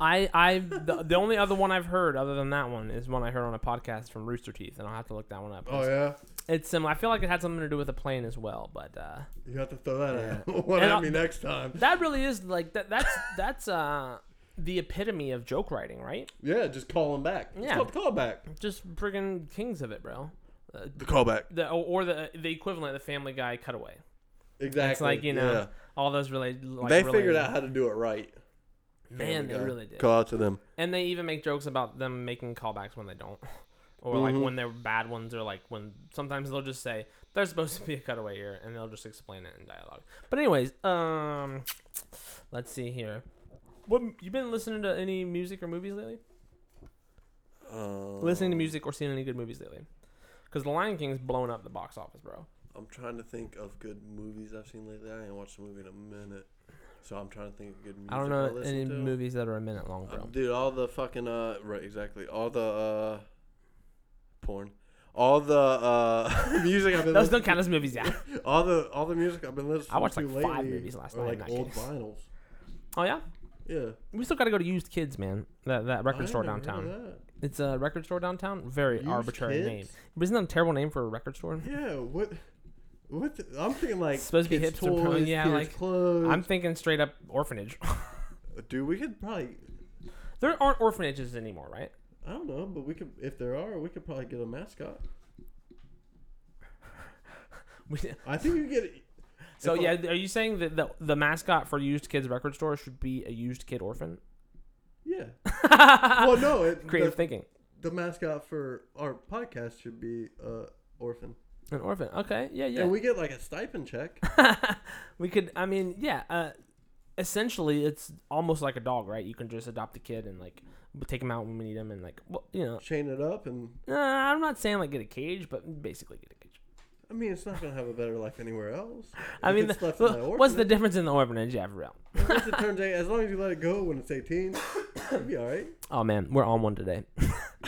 Speaker 2: I I the, the only other one I've heard other than that one is one I heard on a podcast from Rooster Teeth, and I'll have to look that one up.
Speaker 1: Oh yeah,
Speaker 2: It's similar. I feel like it had something to do with a plane as well, but uh,
Speaker 1: you have to throw that [LAUGHS]
Speaker 2: Yeah.
Speaker 1: at one
Speaker 2: And
Speaker 1: at
Speaker 2: I'll-
Speaker 1: me next time.
Speaker 2: that really is like that.
Speaker 1: [LAUGHS]
Speaker 2: That's that's uh the epitome of joke writing, right?
Speaker 1: Yeah, just call him back.
Speaker 2: Yeah.
Speaker 1: Yeah, call the call back.
Speaker 2: Just friggin' kings of it, bro. Uh,
Speaker 1: The callback.
Speaker 2: the or, or the the equivalent of the Family Guy cutaway.
Speaker 1: Exactly.
Speaker 2: It's like you know
Speaker 1: Yeah.
Speaker 2: all those related. Like,
Speaker 1: they
Speaker 2: related-
Speaker 1: figured out how to do it right. Family
Speaker 2: Man, they
Speaker 1: Guy.
Speaker 2: really did.
Speaker 1: Call out to them.
Speaker 2: And they even make jokes about them making callbacks when they don't. [LAUGHS] Or like
Speaker 1: Mhm.
Speaker 2: when they're bad ones or like when sometimes they'll just say there's supposed to be a cutaway here and they'll just explain it in dialogue. But anyways, um let's see here. What you been listening to any music or movies lately?
Speaker 1: Um,
Speaker 2: Listening to music or seeing any good movies lately? Cuz The Lion King's blowing up the box office, bro.
Speaker 1: I'm trying to think of good movies I've seen lately. I ain't watched a movie in a minute, so I'm trying to think of good music.
Speaker 2: I don't know
Speaker 1: listen
Speaker 2: any
Speaker 1: to.
Speaker 2: movies that are a minute long,
Speaker 1: Uh,
Speaker 2: bro.
Speaker 1: dude, all the fucking uh, right, exactly. All the uh, porn, all the uh, [LAUGHS] [LAUGHS] music I've been
Speaker 2: Those
Speaker 1: listening,
Speaker 2: don't count as movies, yeah.
Speaker 1: all the all the music I've been listening.
Speaker 2: I watched,
Speaker 1: to
Speaker 2: like, five
Speaker 1: lately
Speaker 2: movies last
Speaker 1: are,
Speaker 2: night in
Speaker 1: Like
Speaker 2: that
Speaker 1: old
Speaker 2: case.
Speaker 1: vinyls.
Speaker 2: Oh yeah.
Speaker 1: Yeah,
Speaker 2: We still got to go to Used Kids, man. That that
Speaker 1: I
Speaker 2: record store
Speaker 1: never heard
Speaker 2: downtown.
Speaker 1: of that.
Speaker 2: It's a record store downtown. Very
Speaker 1: Used
Speaker 2: arbitrary
Speaker 1: Kids?
Speaker 2: name. But isn't that a terrible name for a record store?
Speaker 1: Yeah, what? What? The, I'm thinking like
Speaker 2: Supposed to be
Speaker 1: kids
Speaker 2: hipster pro-
Speaker 1: toys,
Speaker 2: yeah,
Speaker 1: kids
Speaker 2: like,
Speaker 1: clothes.
Speaker 2: I'm thinking straight up orphanage. [LAUGHS]
Speaker 1: dude. We could probably.
Speaker 2: there aren't orphanages anymore, right? [LAUGHS]
Speaker 1: I don't know, but we could if there are, we could probably get a mascot.
Speaker 2: We,
Speaker 1: I think you get.
Speaker 2: so
Speaker 1: if I-
Speaker 2: yeah, are you saying that the, the mascot for used kids record store should be a used kid orphan?
Speaker 1: Yeah.
Speaker 2: [LAUGHS]
Speaker 1: Well, no. It,
Speaker 2: Creative
Speaker 1: the,
Speaker 2: thinking.
Speaker 1: the mascot for our podcast should be uh orphan.
Speaker 2: An orphan. Okay. Yeah. Yeah.
Speaker 1: And
Speaker 2: We,
Speaker 1: we get like a stipend check.
Speaker 2: could. I mean, yeah. Uh, essentially, it's almost like a dog, right? You can just adopt the kid and like take him out when we need him, and like, well, you know.
Speaker 1: chain it up and
Speaker 2: Uh, I'm not saying like get a cage, but basically get a cage.
Speaker 1: I mean it's not gonna have a better life anywhere else.
Speaker 2: I
Speaker 1: If
Speaker 2: mean,
Speaker 1: it's
Speaker 2: the-
Speaker 1: left in
Speaker 2: wha-
Speaker 1: that
Speaker 2: what's the difference in the orphanage? Yeah, for real.
Speaker 1: orphanage, once it turns eight, as long as you let it go when it's eighteen, [COUGHS] it'll be alright.
Speaker 2: Oh man, we're on one today.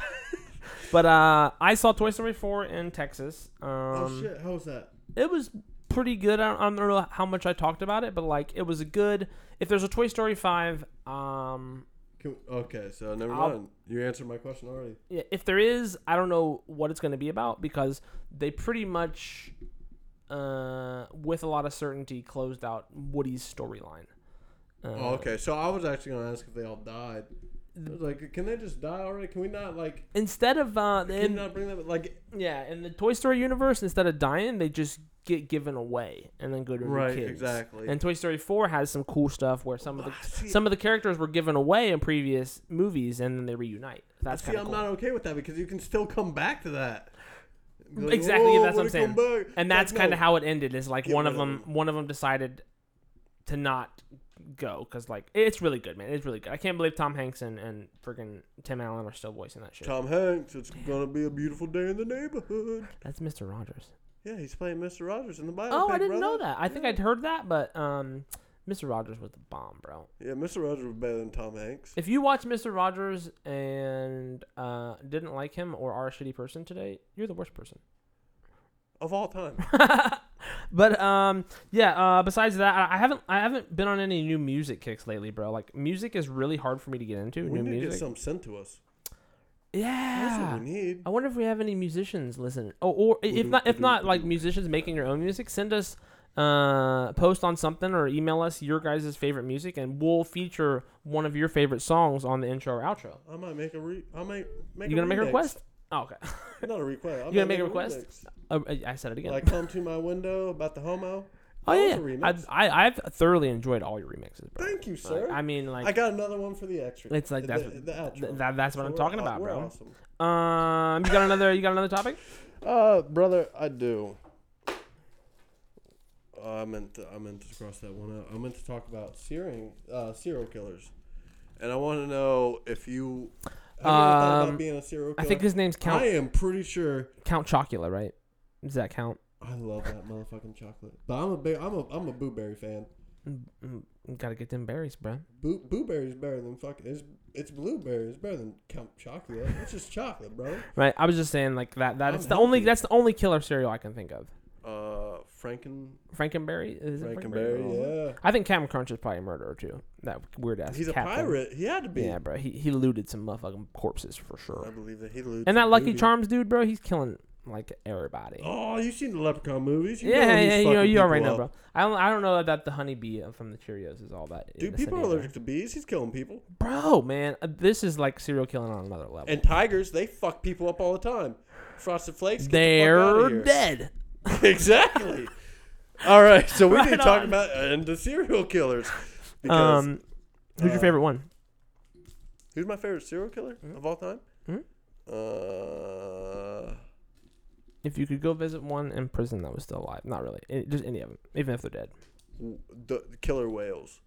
Speaker 2: [LAUGHS] but uh, I saw Toy Story 4 in Texas. Um,
Speaker 1: oh shit, how was that?
Speaker 2: It was pretty good. I don't, I don't know how much I talked about it, but like it was a good. If there's a Toy Story 5, um,
Speaker 1: Can, okay, so never
Speaker 2: I'll-
Speaker 1: mind. You answered my question already.
Speaker 2: yeah, if there is, I don't know what it's going to be about because they pretty much, uh, with a lot of certainty, closed out Woody's storyline. Uh,
Speaker 1: Oh, okay, so I was actually gonna ask if they all died. I was like, can they just die already? Can we not like?
Speaker 2: Instead of uh,
Speaker 1: Can
Speaker 2: in-
Speaker 1: you not bring them like?
Speaker 2: Yeah, in the Toy Story universe, instead of dying, they just get given away and then go to
Speaker 1: Right,
Speaker 2: new kids.
Speaker 1: exactly.
Speaker 2: And Toy Story Four has some cool stuff where some of the
Speaker 1: Ah, see-
Speaker 2: some of the characters were given away in previous movies and then they reunite. That's
Speaker 1: See,
Speaker 2: kind
Speaker 1: I'm
Speaker 2: of cool.
Speaker 1: not okay with that because you can still come back to that. Be like,
Speaker 2: Exactly,
Speaker 1: "Whoa,
Speaker 2: that's what I'm
Speaker 1: wanna come
Speaker 2: saying.
Speaker 1: back."
Speaker 2: and
Speaker 1: Like,
Speaker 2: that's kind
Speaker 1: no.
Speaker 2: of how it ended. Is like
Speaker 1: Get
Speaker 2: one
Speaker 1: rid
Speaker 2: of
Speaker 1: of
Speaker 2: them, one of them decided to not go because like it's really good, man. It's really good. I can't believe Tom Hanks and and freaking Tim Allen are still voicing that shit.
Speaker 1: Tom Hanks. It's gonna be a beautiful day in the neighborhood.
Speaker 2: That's Mister Rogers.
Speaker 1: Yeah, he's playing Mr. Rogers in the Bible.
Speaker 2: Oh, I didn't know that. I think I'd heard that, but um, Mister Rogers was the bomb, bro.
Speaker 1: Yeah, Mr. Rogers was better than Tom Hanks.
Speaker 2: If you watch Mr. Rogers and uh, didn't like him or are a shitty person today, you're the worst person.
Speaker 1: Of all time.
Speaker 2: [LAUGHS] but um, yeah. Uh, besides that, I, I haven't I haven't been on any new music kicks lately, bro. Like music is really hard for me to get into.
Speaker 1: we
Speaker 2: new
Speaker 1: need to
Speaker 2: music.
Speaker 1: get some sent to us. That's
Speaker 2: yeah. Oh.
Speaker 1: what we need.
Speaker 2: I wonder if we have any musicians listen. Oh, or i- if not, if not like musicians making your own music, send us uh post on something or email us your guys' favorite music and we'll feature one of your favorite songs on the intro or outro.
Speaker 1: I might make a re. I might make.
Speaker 2: You gonna make a
Speaker 1: remix.
Speaker 2: request? Oh, okay. [LAUGHS]
Speaker 1: Not a request. I might
Speaker 2: gonna make a request?
Speaker 1: remix.
Speaker 2: Oh, I- I said it again.
Speaker 1: Like come to my window about the homo.
Speaker 2: oh
Speaker 1: that
Speaker 2: yeah,
Speaker 1: was a
Speaker 2: yeah.
Speaker 1: remix.
Speaker 2: I, I I've thoroughly enjoyed all your remixes, bro.
Speaker 1: Thank you,
Speaker 2: Like,
Speaker 1: sir.
Speaker 2: I mean, like
Speaker 1: I got another one for the extra.
Speaker 2: it's like that's
Speaker 1: the, the outro.
Speaker 2: th- that, that's what
Speaker 1: So
Speaker 2: I'm
Speaker 1: we're
Speaker 2: talking
Speaker 1: aw-
Speaker 2: about,
Speaker 1: we're
Speaker 2: bro.
Speaker 1: awesome.
Speaker 2: Um, you got another? You got another topic?
Speaker 1: Uh, brother, I do. Oh, I meant to, I meant to cross that one out. I meant to talk about searing, uh, serial killers, and I want to know if you have you ever thought
Speaker 2: Um,
Speaker 1: about being a serial
Speaker 2: I
Speaker 1: killer.
Speaker 2: think his name's Count
Speaker 1: I am pretty sure
Speaker 2: Count Chocula, right? Does that count?
Speaker 1: I love that motherfucking chocolate. But I'm a big, I'm a I'm a blueberry fan.
Speaker 2: Mm, mm, Gotta get them berries, bro.
Speaker 1: Boo, blueberry's better than fucking it's it's blueberry. It's better than Count Chocolate. It's just chocolate, bro.
Speaker 2: Right. I was just saying like that. That
Speaker 1: I'm
Speaker 2: it's the only.
Speaker 1: healthy.
Speaker 2: That's the only killer cereal I can think of.
Speaker 1: Uh, Franken
Speaker 2: Frankenberry. Is it
Speaker 1: Frankenberry, yeah.
Speaker 2: I think Captain Crunch is probably a murderer too. That weird ass.
Speaker 1: He's a
Speaker 2: captain.
Speaker 1: pirate. He had to be.
Speaker 2: Yeah, bro. He he looted some motherfucking corpses for
Speaker 1: I
Speaker 2: sure.
Speaker 1: believe that he looted.
Speaker 2: And that
Speaker 1: some
Speaker 2: Lucky
Speaker 1: booty.
Speaker 2: Charms dude, bro, he's killing like everybody.
Speaker 1: Mm-hmm. Oh, you seen the Leprechaun movies? You
Speaker 2: yeah,
Speaker 1: know
Speaker 2: yeah,
Speaker 1: he's
Speaker 2: yeah, you know,
Speaker 1: fucking
Speaker 2: you already
Speaker 1: people
Speaker 2: know,
Speaker 1: up.
Speaker 2: bro. I don't, I don't know that the honeybee from the Cheerios is all that.
Speaker 1: Dude, people are
Speaker 2: innocent either.
Speaker 1: allergic to bees. He's killing people.
Speaker 2: Bro, man, uh, this is like serial killing on another level.
Speaker 1: And tigers, they fuck people up all the time. Frosted Flakes, get the fuck outta
Speaker 2: They're
Speaker 1: here.
Speaker 2: dead.
Speaker 1: [LAUGHS] exactly. All right, so we
Speaker 2: Right
Speaker 1: need to talk
Speaker 2: on.
Speaker 1: about and the serial killers. Because
Speaker 2: Um, who's your
Speaker 1: uh,
Speaker 2: favorite one?
Speaker 1: who's my favorite serial killer of all time?
Speaker 2: Mhm.
Speaker 1: Uh,
Speaker 2: If you could go visit one in prison that was still alive, not really, Any- just any of them, even if they're dead,
Speaker 1: w- the the killer whales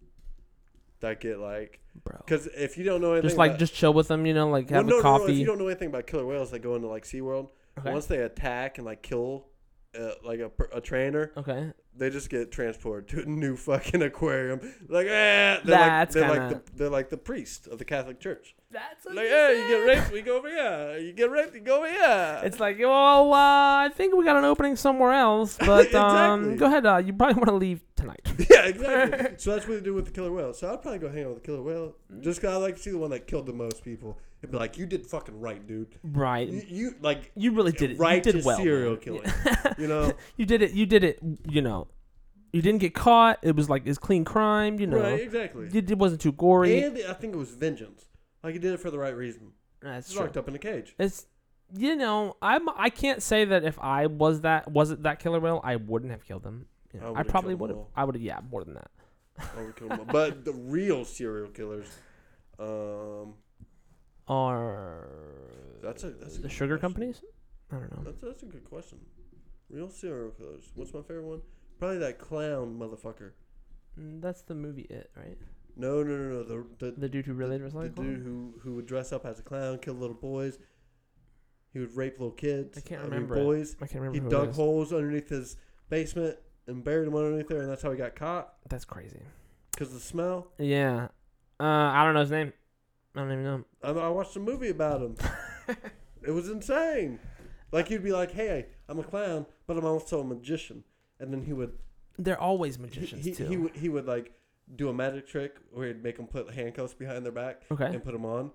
Speaker 1: that get like
Speaker 2: bro.
Speaker 1: because if you don't know anything,
Speaker 2: Just like
Speaker 1: about,
Speaker 2: just chill with them, you know, like
Speaker 1: Well,
Speaker 2: have
Speaker 1: no, no,
Speaker 2: a
Speaker 1: no, if
Speaker 2: coffee.
Speaker 1: you don't know anything about killer whales, they go into like SeaWorld.
Speaker 2: Okay.
Speaker 1: Once they attack and like kill, uh, like a, per- a trainer,
Speaker 2: okay,
Speaker 1: they just get transported to a new fucking aquarium. Like, eh, they're
Speaker 2: That's
Speaker 1: like, they're
Speaker 2: kinda-
Speaker 1: like the, they're like the priest of the Catholic Church.
Speaker 2: that's
Speaker 1: Like, hey, you get raped, we go over here. You get raped, you go over here.
Speaker 2: It's like, well, uh, I think we got an opening somewhere
Speaker 1: [LAUGHS]
Speaker 2: else, but um,
Speaker 1: Exactly.
Speaker 2: go ahead. Uh, you probably want to leave tonight.
Speaker 1: [LAUGHS] yeah,
Speaker 2: [LAUGHS]
Speaker 1: exactly. so that's what they do with the killer whale. So I'd probably go hang out with the killer whale
Speaker 2: Mm.
Speaker 1: just 'cause I like to see the one that killed the most people. It'd be like, you did fucking right, dude.
Speaker 2: right.
Speaker 1: You, you like
Speaker 2: You really did it.
Speaker 1: right to
Speaker 2: you did well.
Speaker 1: serial
Speaker 2: man.
Speaker 1: killing.
Speaker 2: [LAUGHS]
Speaker 1: you know,
Speaker 2: You did it. You did it. You know, you didn't get caught. It was like it's clean crime. You know,
Speaker 1: right? Exactly.
Speaker 2: it, it wasn't too gory.
Speaker 1: And I think it was vengeance. Like he did it for the right reason.
Speaker 2: That's
Speaker 1: He's
Speaker 2: true.
Speaker 1: locked up in a cage.
Speaker 2: It's you know, I'm. I can't say that if I was that wasn't that killer whale, I wouldn't have killed him. You know,
Speaker 1: I
Speaker 2: I,
Speaker 1: would've killed
Speaker 2: probably
Speaker 1: 'em
Speaker 2: would have.
Speaker 1: all.
Speaker 2: I would have. Yeah, more than that.
Speaker 1: I would kill 'em all. but the real serial killers, um,
Speaker 2: Or
Speaker 1: that's a that's a
Speaker 2: the
Speaker 1: good
Speaker 2: sugar
Speaker 1: question.
Speaker 2: companies. I don't know.
Speaker 1: That's that's a good question. Real serial killers. What's my favorite one? Probably that clown motherfucker.
Speaker 2: Mm, That's the movie It, right?
Speaker 1: No, no, no, no. The the,
Speaker 2: The dude who really was
Speaker 1: the
Speaker 2: like,
Speaker 1: dude who who would dress up as a clown, kill little boys. He would rape little kids.
Speaker 2: I can't
Speaker 1: mean,
Speaker 2: remember it.
Speaker 1: boys.
Speaker 2: I can't remember.
Speaker 1: He
Speaker 2: who it
Speaker 1: dug
Speaker 2: is.
Speaker 1: holes underneath his basement and buried them underneath there, and that's how he got caught.
Speaker 2: That's crazy.
Speaker 1: Cause the smell.
Speaker 2: Yeah. Uh, I don't know his name. I don't even know. him.
Speaker 1: I, I watched a movie about him. [LAUGHS] it was insane. Like you'd be like, "Hey, I'm a clown, but I'm also a magician," and then he would
Speaker 2: They're always
Speaker 1: he,
Speaker 2: magicians
Speaker 1: he,
Speaker 2: too.
Speaker 1: he would he would like do a magic trick where he'd make them put handcuffs behind their back
Speaker 2: okay.
Speaker 1: and put them on,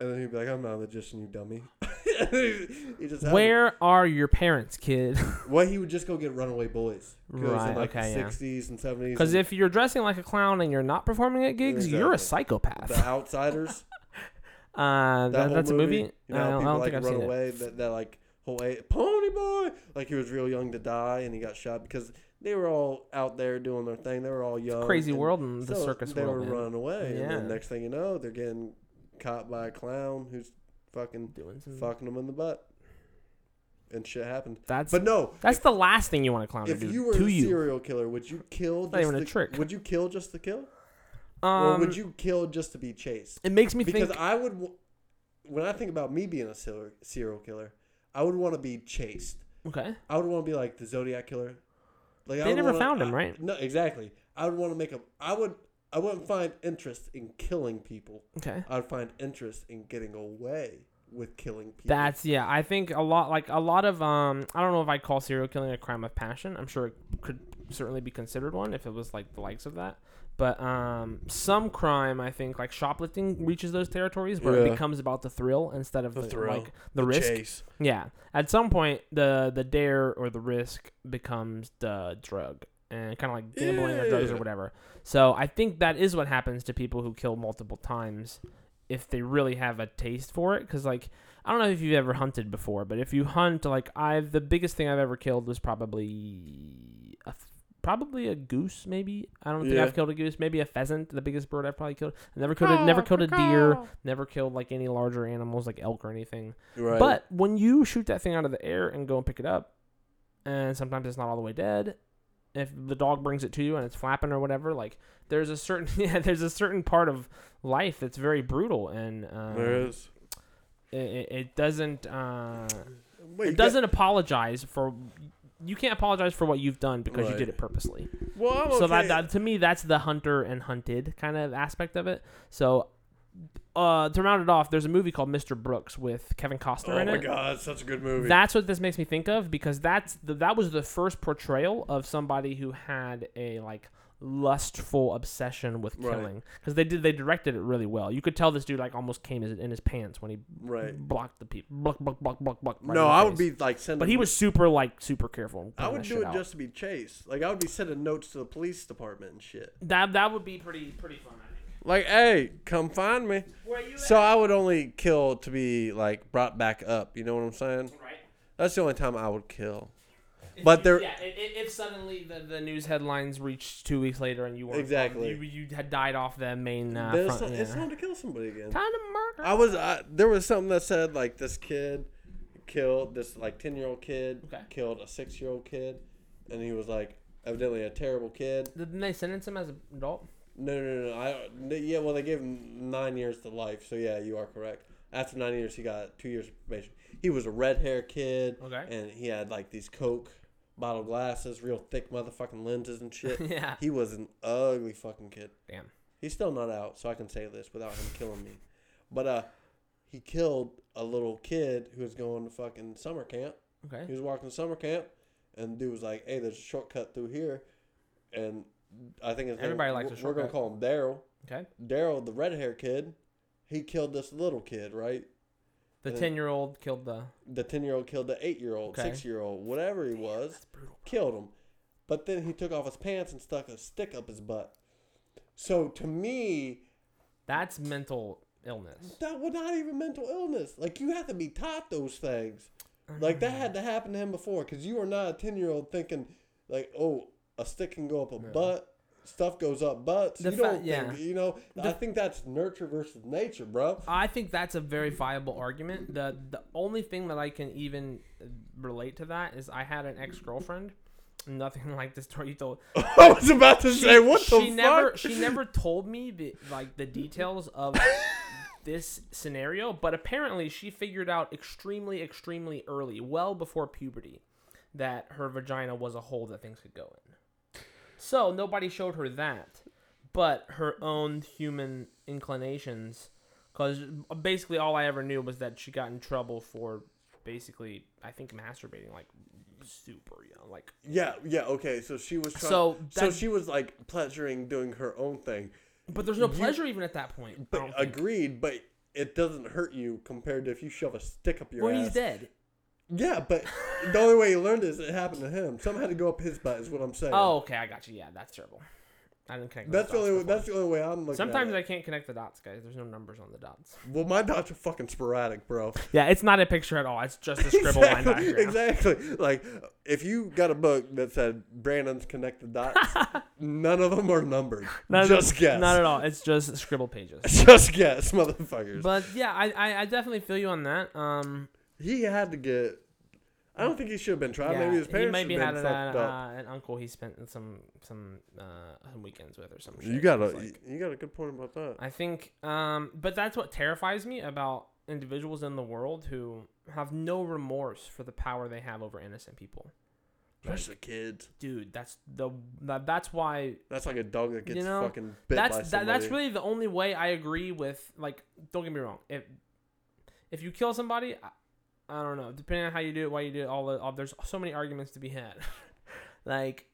Speaker 1: and then he'd be like, "I'm not a magician, you dummy." [LAUGHS] And he- he just had them.
Speaker 2: Where are your parents,
Speaker 1: [LAUGHS]
Speaker 2: kid?
Speaker 1: Well, he would just go get runaway boys, Goes
Speaker 2: Right,
Speaker 1: In like
Speaker 2: okay,
Speaker 1: the
Speaker 2: yeah.
Speaker 1: 60s and 70s.
Speaker 2: Because
Speaker 1: and
Speaker 2: if you're dressing like a clown and you're not performing at gigs, you're
Speaker 1: Exactly.
Speaker 2: a
Speaker 1: the
Speaker 2: psychopath. [LAUGHS]
Speaker 1: Outsiders,
Speaker 2: Uh,
Speaker 1: that
Speaker 2: that,
Speaker 1: whole
Speaker 2: that's a movie.
Speaker 1: You know, how
Speaker 2: I don't, I
Speaker 1: people
Speaker 2: don't
Speaker 1: like
Speaker 2: think I've
Speaker 1: run
Speaker 2: seen it.
Speaker 1: away. That, that like whole a- pony boy, like he was real young to die, and he got shot because they were all out there doing their thing. They were all young.
Speaker 2: Crazy
Speaker 1: and
Speaker 2: world and the
Speaker 1: so
Speaker 2: circus
Speaker 1: They
Speaker 2: world.
Speaker 1: were
Speaker 2: man.
Speaker 1: running away, and
Speaker 2: Yeah.
Speaker 1: then next thing you know, they're getting caught by a clown who's fucking
Speaker 2: Doing some.
Speaker 1: fucking them in the butt, and shit happened.
Speaker 2: That's
Speaker 1: But no,
Speaker 2: that's the last thing you want a clown to
Speaker 1: if
Speaker 2: do
Speaker 1: you were
Speaker 2: to
Speaker 1: a
Speaker 2: you.
Speaker 1: serial killer, would you kill? Just
Speaker 2: not even a
Speaker 1: the,
Speaker 2: trick.
Speaker 1: Would you kill just to kill, or
Speaker 2: Um,
Speaker 1: would you kill just to be chased?
Speaker 2: It makes me
Speaker 1: Because
Speaker 2: think.
Speaker 1: I would, w- when I think about me being a serial serial killer, I would want to be chased.
Speaker 2: okay.
Speaker 1: I would want to be like the Zodiac killer. Like I
Speaker 2: They
Speaker 1: would
Speaker 2: never
Speaker 1: wanna-
Speaker 2: found him,
Speaker 1: I-
Speaker 2: right?
Speaker 1: No, exactly. I would want to make a. I would. I wouldn't find interest in killing people.
Speaker 2: Okay.
Speaker 1: I'd find interest in getting away with killing people.
Speaker 2: That's yeah. I think a lot like a lot of um. I don't know if I call serial killing a crime of passion. I'm sure it could certainly be considered one if it was like the likes of that. But um, some crime I think like shoplifting reaches those territories where it
Speaker 1: Yeah.
Speaker 2: becomes about the thrill instead of the,
Speaker 1: The thrill,
Speaker 2: like the, risk.
Speaker 1: chase.
Speaker 2: Yeah. At some point, the the dare or the risk becomes the drug, and kind of like gambling or drugs or
Speaker 1: Yeah.
Speaker 2: whatever. So I think that is what happens to people who kill multiple times, if they really have a taste for it. Because like I don't know if you've ever hunted before, but if you hunt, like I've the biggest thing I've ever killed was probably a f- probably a goose, maybe. I don't think
Speaker 1: Yeah.
Speaker 2: I've killed a goose. Maybe a pheasant, the biggest bird I've probably killed. I never killed a, never killed a deer. Never killed like any larger animals like elk or anything.
Speaker 1: Right.
Speaker 2: But when you shoot that thing out of the air and go and pick it up, and sometimes it's not all the way dead. If the dog brings it to you and it's flapping or whatever, like there's a certain [LAUGHS] yeah, there's a certain part of life that's very brutal and um,
Speaker 1: there is.
Speaker 2: It, it, it doesn't. Uh,
Speaker 1: Wait,
Speaker 2: it doesn't apologize for you can't apologize for what you've done because you
Speaker 1: Right.
Speaker 2: did it purposely.
Speaker 1: well, I'm
Speaker 2: So that,
Speaker 1: okay.
Speaker 2: that to me that's the hunter and hunted kind of aspect of it. So uh, to round it off, there's a movie called Mr. Brooks with Kevin Costner
Speaker 1: Oh
Speaker 2: in
Speaker 1: my
Speaker 2: it.
Speaker 1: god, such a good movie.
Speaker 2: That's what this makes me think of because that's the, that was the first portrayal of somebody who had a like lustful obsession with
Speaker 1: Right.
Speaker 2: killing because they did they directed it really well. You could tell this dude like almost came in his pants when he
Speaker 1: right.
Speaker 2: blocked the people. Block, block, block, block, block. right in
Speaker 1: no,
Speaker 2: the
Speaker 1: I
Speaker 2: face.
Speaker 1: would be like sending.
Speaker 2: But he was super like super careful. and
Speaker 1: I
Speaker 2: pulling
Speaker 1: would
Speaker 2: that
Speaker 1: do
Speaker 2: shit
Speaker 1: it
Speaker 2: out.
Speaker 1: just to be chased. Like I would be sending notes to the police department and shit.
Speaker 2: that. That would be pretty pretty fun. I think.
Speaker 1: Like, hey, come find me.
Speaker 2: Where you
Speaker 1: So I would only kill to be like brought back up. You know what I'm saying?
Speaker 2: at? Right.
Speaker 1: That's the only time I would kill.
Speaker 2: If
Speaker 1: But
Speaker 2: you-
Speaker 1: there-
Speaker 2: yeah. i- i- If, suddenly the, the news headlines reached two weeks later and you weren't
Speaker 1: Exactly.
Speaker 2: you, you had died off the main uh,
Speaker 1: But it's,
Speaker 2: front.
Speaker 1: not, it's
Speaker 2: yeah.
Speaker 1: time to kill somebody again.
Speaker 2: Time to murder.
Speaker 1: I was I, there was something that said like this kid killed this like ten year old kid
Speaker 2: Okay.
Speaker 1: killed a six year old kid, and he was like evidently a terrible kid.
Speaker 2: Didn't they sentence him as an adult?
Speaker 1: No, no, no. no I no, yeah. Well, they gave him nine years to life. So yeah, you are correct. After nine years, he got two years of probation. He was a red hair kid,
Speaker 2: Okay.
Speaker 1: and he had like these Coke bottle glasses, real thick motherfucking lenses and shit.
Speaker 2: [LAUGHS] Yeah.
Speaker 1: He was an ugly fucking kid.
Speaker 2: Damn.
Speaker 1: He's still not out, so I can say this without him killing me. But uh, he killed a little kid who was going to fucking summer camp. He
Speaker 2: Okay.
Speaker 1: was walking to summer camp, and dude was like, "Hey, there's a shortcut through here," and I think his name-
Speaker 2: Everybody likes a
Speaker 1: We're gonna
Speaker 2: shortcut.
Speaker 1: call him Daryl.
Speaker 2: Okay.
Speaker 1: Daryl, the red hair kid, he killed this little kid, right?
Speaker 2: The
Speaker 1: Uh,
Speaker 2: ten year old killed the.
Speaker 1: The ten year old killed the eight year old,
Speaker 2: Okay.
Speaker 1: six year old, whatever he was,
Speaker 2: That's brutal.
Speaker 1: killed him. But then he took off his pants and stuck a stick up his butt. So to me,
Speaker 2: That's mental illness.
Speaker 1: that was not even mental illness. Like you have to be taught those things. Like that had to happen to him before, because you are not a ten year old thinking like, oh, a stick can go up a butt. Stuff goes up butts.
Speaker 2: The
Speaker 1: you
Speaker 2: fa-
Speaker 1: don't
Speaker 2: yeah.
Speaker 1: think, you know. I
Speaker 2: The-
Speaker 1: think that's nurture versus nature, bro.
Speaker 2: I think that's a very viable argument. The the only thing that I can even uh, relate to that is I had an ex girlfriend. Nothing [LAUGHS] like the story you told.
Speaker 1: [LAUGHS] I was about to say, what the
Speaker 2: she
Speaker 1: fuck?
Speaker 2: never she never told me the like the
Speaker 1: [LAUGHS]
Speaker 2: details of this scenario, but apparently she figured out extremely extremely early, well before puberty, that her vagina was a hole that things could go in. So nobody showed her that, but her own human inclinations. Because basically all I ever knew was that she got in trouble for basically, I think, masturbating like super young. Like,
Speaker 1: Yeah, yeah, okay. So she was trying.
Speaker 2: So
Speaker 1: So,
Speaker 2: that-
Speaker 1: she was like pleasuring doing her own thing.
Speaker 2: but there's no pleasure even at that point. I
Speaker 1: But
Speaker 2: don't think.
Speaker 1: agreed, but it doesn't hurt you compared to if you shove a stick up your
Speaker 2: Well,
Speaker 1: ass.
Speaker 2: he's dead.
Speaker 1: Yeah, but the only way he learned is it happened to him. Something had to go up his butt, is what I'm saying.
Speaker 2: Oh, okay, I got you. Yeah, that's terrible. I didn't connect.
Speaker 1: that's
Speaker 2: the
Speaker 1: the
Speaker 2: dots
Speaker 1: only.
Speaker 2: before.
Speaker 1: That's the only way I'm looking.
Speaker 2: Sometimes
Speaker 1: at
Speaker 2: I
Speaker 1: it.
Speaker 2: can't connect the dots, guys. There's no numbers on the dots.
Speaker 1: Well, my dots are fucking sporadic, bro.
Speaker 2: [LAUGHS] Yeah, it's not a picture at all. It's just [LAUGHS] a scribble line
Speaker 1: exactly,
Speaker 2: diagram.
Speaker 1: exactly. Like if you got a book that said Brandon's connect the
Speaker 2: [LAUGHS]
Speaker 1: dots, none of them are numbered.
Speaker 2: Not at-
Speaker 1: Just guess.
Speaker 2: Not at all. It's just scribble pages.
Speaker 1: Just guess, motherfuckers.
Speaker 2: [LAUGHS] But yeah, I, I, I definitely feel you on that. Um,
Speaker 1: He had to get. I don't think he should have been tried.
Speaker 2: yeah,
Speaker 1: maybe his
Speaker 2: he
Speaker 1: parents should
Speaker 2: maybe
Speaker 1: have
Speaker 2: had
Speaker 1: been
Speaker 2: an,
Speaker 1: fucked up.
Speaker 2: uh, an uncle he spent some some uh, some weekends with or some shit.
Speaker 1: you got
Speaker 2: It's
Speaker 1: a
Speaker 2: like-
Speaker 1: you got a good point about that.
Speaker 2: I think, um, but that's what terrifies me about individuals in the world who have no remorse for the power they have over innocent people.
Speaker 1: Especially kids.
Speaker 2: dude that's the that, that's why
Speaker 1: That's like a dog that
Speaker 2: You
Speaker 1: gets
Speaker 2: know,
Speaker 1: fucking bit by
Speaker 2: that's that,
Speaker 1: somebody.
Speaker 2: that's really the only way i agree with like don't get me wrong if if you kill somebody i, I don't know depending on how you do it why you do it all, the, all there's so many arguments to be had [LAUGHS] like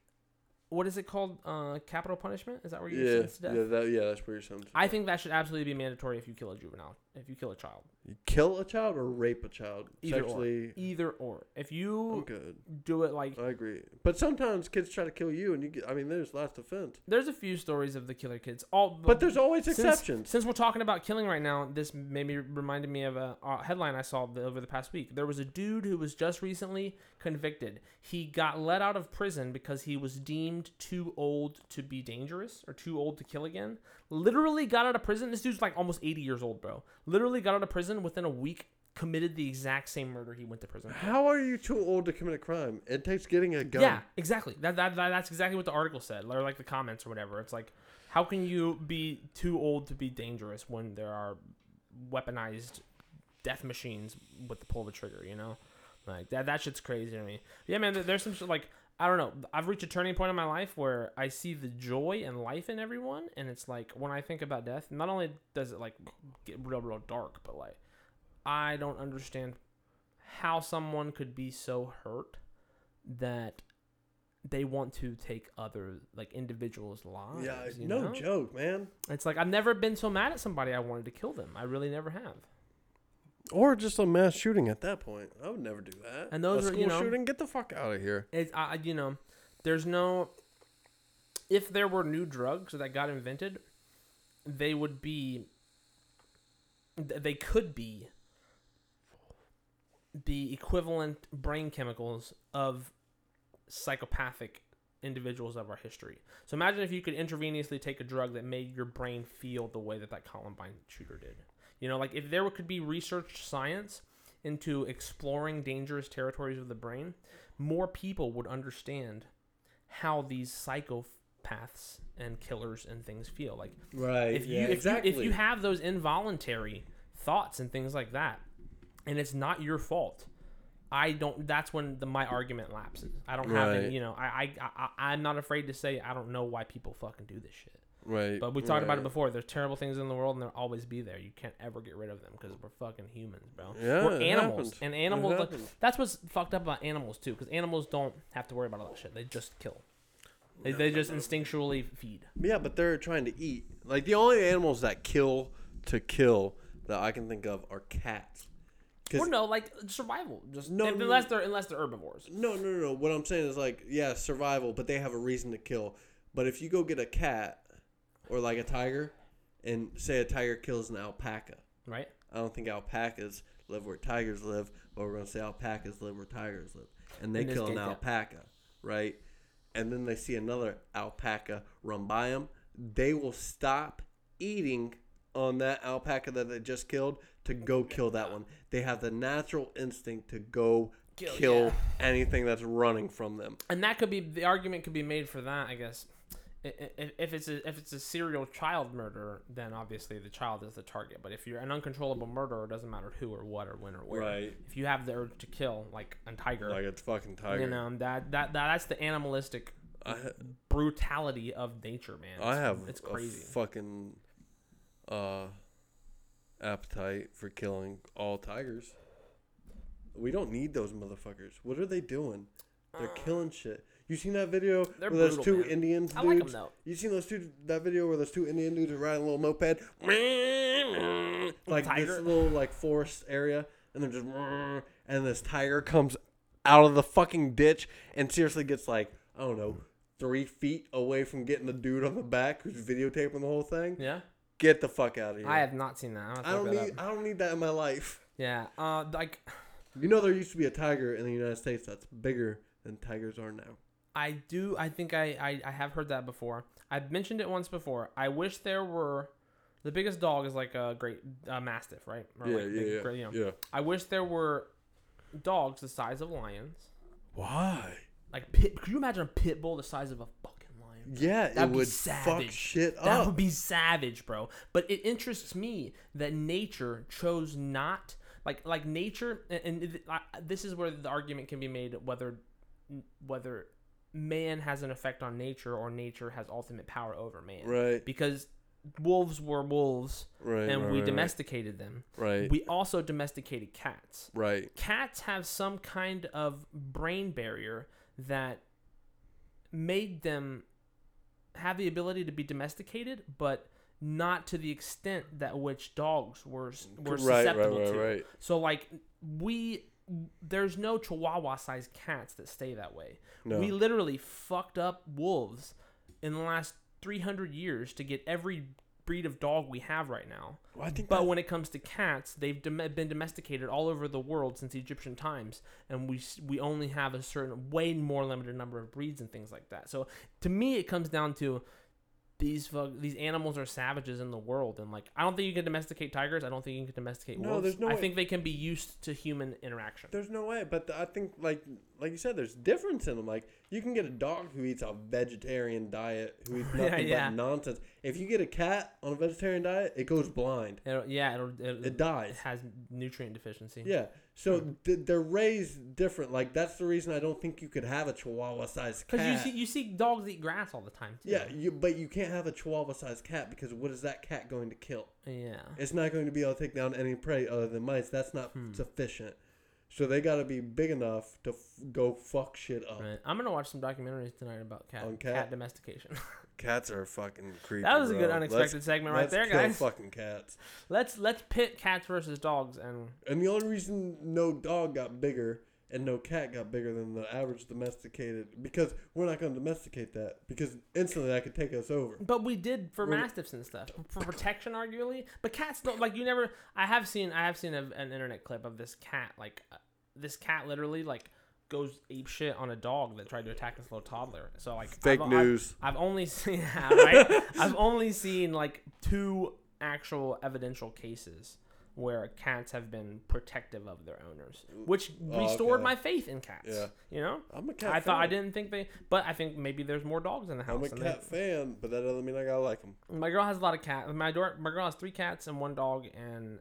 Speaker 2: what is it called uh capital punishment is that where you're
Speaker 1: yeah,
Speaker 2: sentenced to death
Speaker 1: yeah, that, yeah. That's where you're sentenced. to
Speaker 2: i
Speaker 1: death.
Speaker 2: think that should absolutely be mandatory if you kill a juvenile if you kill a child.
Speaker 1: You kill a child or rape a child?
Speaker 2: Either
Speaker 1: Sexually,
Speaker 2: or. Either or. If
Speaker 1: I'm
Speaker 2: you
Speaker 1: good.
Speaker 2: do it like
Speaker 1: I agree. But sometimes kids try to kill you, and you get. I mean, there's last offense.
Speaker 2: there's a few stories of the killer kids. All
Speaker 1: But there's always exceptions.
Speaker 2: Since we're talking about killing right now, this made me reminded me of a uh, headline I saw the, over the past week. There was a dude who was just recently convicted. He got let out of prison because he was deemed too old to be dangerous or too old to kill again. Literally got out of prison. This dude's like almost 80 years old, bro. Literally got out of prison within a week. Committed the exact same murder he went to prison. for.
Speaker 1: How are you too old to commit a crime? It takes getting a gun.
Speaker 2: Yeah, exactly. That, that, that that's exactly what the article said, or like the comments or whatever. It's like, how can you be too old to be dangerous when there are weaponized death machines with the pull of a trigger? You know, like that that shit's crazy to me. Yeah, man. there- There's some shit like I don't know. I've reached a turning point in my life where I see the joy and life in everyone, and it's like when I think about death, not only does it like get real real dark, but like I don't understand how someone could be so hurt that they want to take other like individuals' lives.
Speaker 1: Yeah,
Speaker 2: you
Speaker 1: no
Speaker 2: know?
Speaker 1: joke, man.
Speaker 2: It's like I've never been so mad at somebody I wanted to kill them. I really never have.
Speaker 1: Or just a mass shooting at that point. I would never do that.
Speaker 2: And those
Speaker 1: a
Speaker 2: are,
Speaker 1: school
Speaker 2: you know-
Speaker 1: shooting. Get the fuck out of here.
Speaker 2: It's I I- you know, there's no. If there were new drugs that got invented, they would be. th- They could be. The equivalent brain chemicals of psychopathic individuals of our history. So imagine if you could intravenously take a drug that made your brain feel the way that that Columbine shooter did. You know, like if there could be research science into exploring dangerous territories of the brain, more people would understand how these psychopaths and killers and things feel. Like
Speaker 1: Right.
Speaker 2: if you if, you if you have those involuntary thoughts and things like that, and it's not your fault, I don't. That's when the, my argument lapses. I don't have any.
Speaker 1: Right.
Speaker 2: You know, I I, I I I'm not afraid to say I don't know why people fucking do this shit.
Speaker 1: right.
Speaker 2: But we talked about it
Speaker 1: right.
Speaker 2: before. There's terrible things in the world, and they'll always be there. You can't ever get rid of them because we're fucking humans, bro.
Speaker 1: Yeah,
Speaker 2: we're
Speaker 1: it
Speaker 2: animals,
Speaker 1: happens.
Speaker 2: and
Speaker 1: It
Speaker 2: animals. Like,
Speaker 1: happens.
Speaker 2: that's what's fucked up about animals too, because animals don't have to worry about all that shit. They just kill. They, they just instinctually feed.
Speaker 1: Yeah, but they're trying to eat. Like the only animals that kill to kill that I can think of are cats. Because
Speaker 2: Or no, like survival. Just
Speaker 1: No,
Speaker 2: if-
Speaker 1: no,
Speaker 2: unless they're unless they're herbivores.
Speaker 1: no, no, no, no. What I'm saying is like, yeah, survival, but they have a reason to kill. But if you go get a cat or like a tiger, and say a tiger kills an alpaca,
Speaker 2: Right?
Speaker 1: I don't think alpacas live where tigers live, but we're gonna say alpacas live where tigers live, and they
Speaker 2: In this
Speaker 1: kill an
Speaker 2: case, yeah.
Speaker 1: alpaca, right? And then they see another alpaca run by them. They will stop eating on that alpaca that they just killed to go kill that one. They have the natural instinct to go
Speaker 2: Kill,
Speaker 1: kill,
Speaker 2: yeah.
Speaker 1: anything that's running from them.
Speaker 2: And that could be the argument could be made for that, I guess. I- i- If, if it's a, if it's a serial child murderer, then obviously the child is the target. But if you're an uncontrollable murderer, it doesn't matter who or what or when or where.
Speaker 1: Right.
Speaker 2: If you have the urge to kill, like a tiger,
Speaker 1: Like it's fucking tiger.
Speaker 2: you know that, that that that's the animalistic
Speaker 1: I-
Speaker 2: brutality of nature, man.
Speaker 1: I
Speaker 2: It's-
Speaker 1: have
Speaker 2: It's
Speaker 1: a
Speaker 2: crazy.
Speaker 1: fucking uh, appetite for killing all tigers. We don't need those motherfuckers. What are they doing? They're killing shit. You seen that video
Speaker 2: Uh. They're
Speaker 1: where those
Speaker 2: brutal,
Speaker 1: two
Speaker 2: man.
Speaker 1: Indians?
Speaker 2: I like 'em,
Speaker 1: dudes-
Speaker 2: though.
Speaker 1: You seen those two? That video where those two Indian dudes are riding a little moped, like
Speaker 2: Tiger.
Speaker 1: this little like forest area, and they're just, and this tiger comes out of the fucking ditch and seriously gets like I don't know three feet away from getting the dude on the back who's videotaping the whole thing.
Speaker 2: yeah.
Speaker 1: Get the fuck out of here!
Speaker 2: I have not seen that. I'm
Speaker 1: I don't need
Speaker 2: Up.
Speaker 1: I don't need that in my life.
Speaker 2: Yeah. Uh, like.
Speaker 1: You know there used to be a tiger in the United States that's bigger than tigers are now.
Speaker 2: I do. I think I, I, I have heard that before. I've mentioned it once before. I wish there were. The biggest dog is like a great uh, mastiff, right? Or like the great- you know. I wish there were dogs the size of lions.
Speaker 1: Why?
Speaker 2: Like pit. Could you imagine a pit bull the size of a fucking lion?
Speaker 1: Yeah,
Speaker 2: That'd
Speaker 1: it
Speaker 2: be
Speaker 1: would fuck
Speaker 2: savage.
Speaker 1: shit up.
Speaker 2: That would be savage, bro. But it interests me that nature chose not like like nature, and, and I, this is where the argument can be made whether whether man has an effect on nature or nature has ultimate power over man.
Speaker 1: right,
Speaker 2: Because wolves were wolves,
Speaker 1: right,
Speaker 2: and
Speaker 1: right,
Speaker 2: we
Speaker 1: right,
Speaker 2: domesticated them.
Speaker 1: Right,
Speaker 2: We also domesticated cats
Speaker 1: right.
Speaker 2: cats have some kind of brain barrier that made them have the ability to be domesticated, but not to the extent that which dogs were were
Speaker 1: right, right,
Speaker 2: susceptible
Speaker 1: right,
Speaker 2: to.
Speaker 1: right.
Speaker 2: So like we there's no chihuahua sized cats that stay that way.
Speaker 1: No.
Speaker 2: We literally fucked up wolves in the last 300 years to get every breed of dog we have right now.
Speaker 1: Well, I think
Speaker 2: But
Speaker 1: that-
Speaker 2: when it comes to cats, they've dom- been domesticated all over the world since Egyptian times, and we s- we only have a certain way more limited number of breeds and things like that. So to me, it comes down to these fuck, these animals are savages in the world, and like I don't think you can domesticate tigers. I don't think you can domesticate
Speaker 1: No,
Speaker 2: wolves.
Speaker 1: there's no
Speaker 2: I
Speaker 1: way.
Speaker 2: think they can be used to human interaction.
Speaker 1: There's no way, but I think like like you said, there's difference in them. Like you can get a dog who eats a vegetarian diet, who eats
Speaker 2: [LAUGHS] Yeah,
Speaker 1: nothing
Speaker 2: yeah.
Speaker 1: but nonsense. If you get a cat on a vegetarian diet, it goes blind.
Speaker 2: It'll- yeah, it'll, it'll,
Speaker 1: It
Speaker 2: it
Speaker 1: dies.
Speaker 2: has nutrient deficiency.
Speaker 1: Yeah. So th- they're raised different. Like that's the reason I don't think you could have a Chihuahua sized
Speaker 2: because you
Speaker 1: cat.
Speaker 2: see you see dogs eat grass all the time. Too.
Speaker 1: yeah, you, but you can't have a Chihuahua sized cat because what is that cat going to kill?
Speaker 2: yeah.
Speaker 1: It's not going to be able to take down any prey other than mice. That's not
Speaker 2: Hmm.
Speaker 1: sufficient. So they got to be big enough to f- go fuck shit up.
Speaker 2: Right. I'm gonna watch some documentaries tonight about cat
Speaker 1: On
Speaker 2: cat?
Speaker 1: cat?
Speaker 2: domestication. [LAUGHS]
Speaker 1: Cats are fucking creepy.
Speaker 2: that was a
Speaker 1: bro.
Speaker 2: good unexpected
Speaker 1: Let's-
Speaker 2: segment right
Speaker 1: let's
Speaker 2: there,
Speaker 1: kill
Speaker 2: guys.
Speaker 1: Fucking cats.
Speaker 2: Let's let's pit cats versus dogs, and
Speaker 1: And the only reason no dog got bigger and no cat got bigger than the average domesticated because we're not going to domesticate that because instantly that could take us over.
Speaker 2: but we did for
Speaker 1: Well-
Speaker 2: mastiffs and stuff for protection, arguably. But cats don't like you never. I have seen I have seen a, an internet clip of this cat like uh, this cat literally like goes ape shit on a dog that tried to attack this little toddler. So like
Speaker 1: Fake
Speaker 2: I've-
Speaker 1: news.
Speaker 2: I've, I've only [LAUGHS] seen yeah, right? I've only seen like two actual evidential cases where cats have been protective of their owners, which
Speaker 1: Oh,
Speaker 2: restored
Speaker 1: okay.
Speaker 2: my faith in cats.
Speaker 1: Yeah. Oh,
Speaker 2: You know.
Speaker 1: I'm a cat.
Speaker 2: I thought I
Speaker 1: fan.
Speaker 2: didn't think they, but I think maybe there's more dogs in the
Speaker 1: I'm a
Speaker 2: house. and
Speaker 1: cat fan, but that doesn't mean I gotta like them.
Speaker 2: they- my girl has a lot of cats. My door, my girl has three cats and one dog. And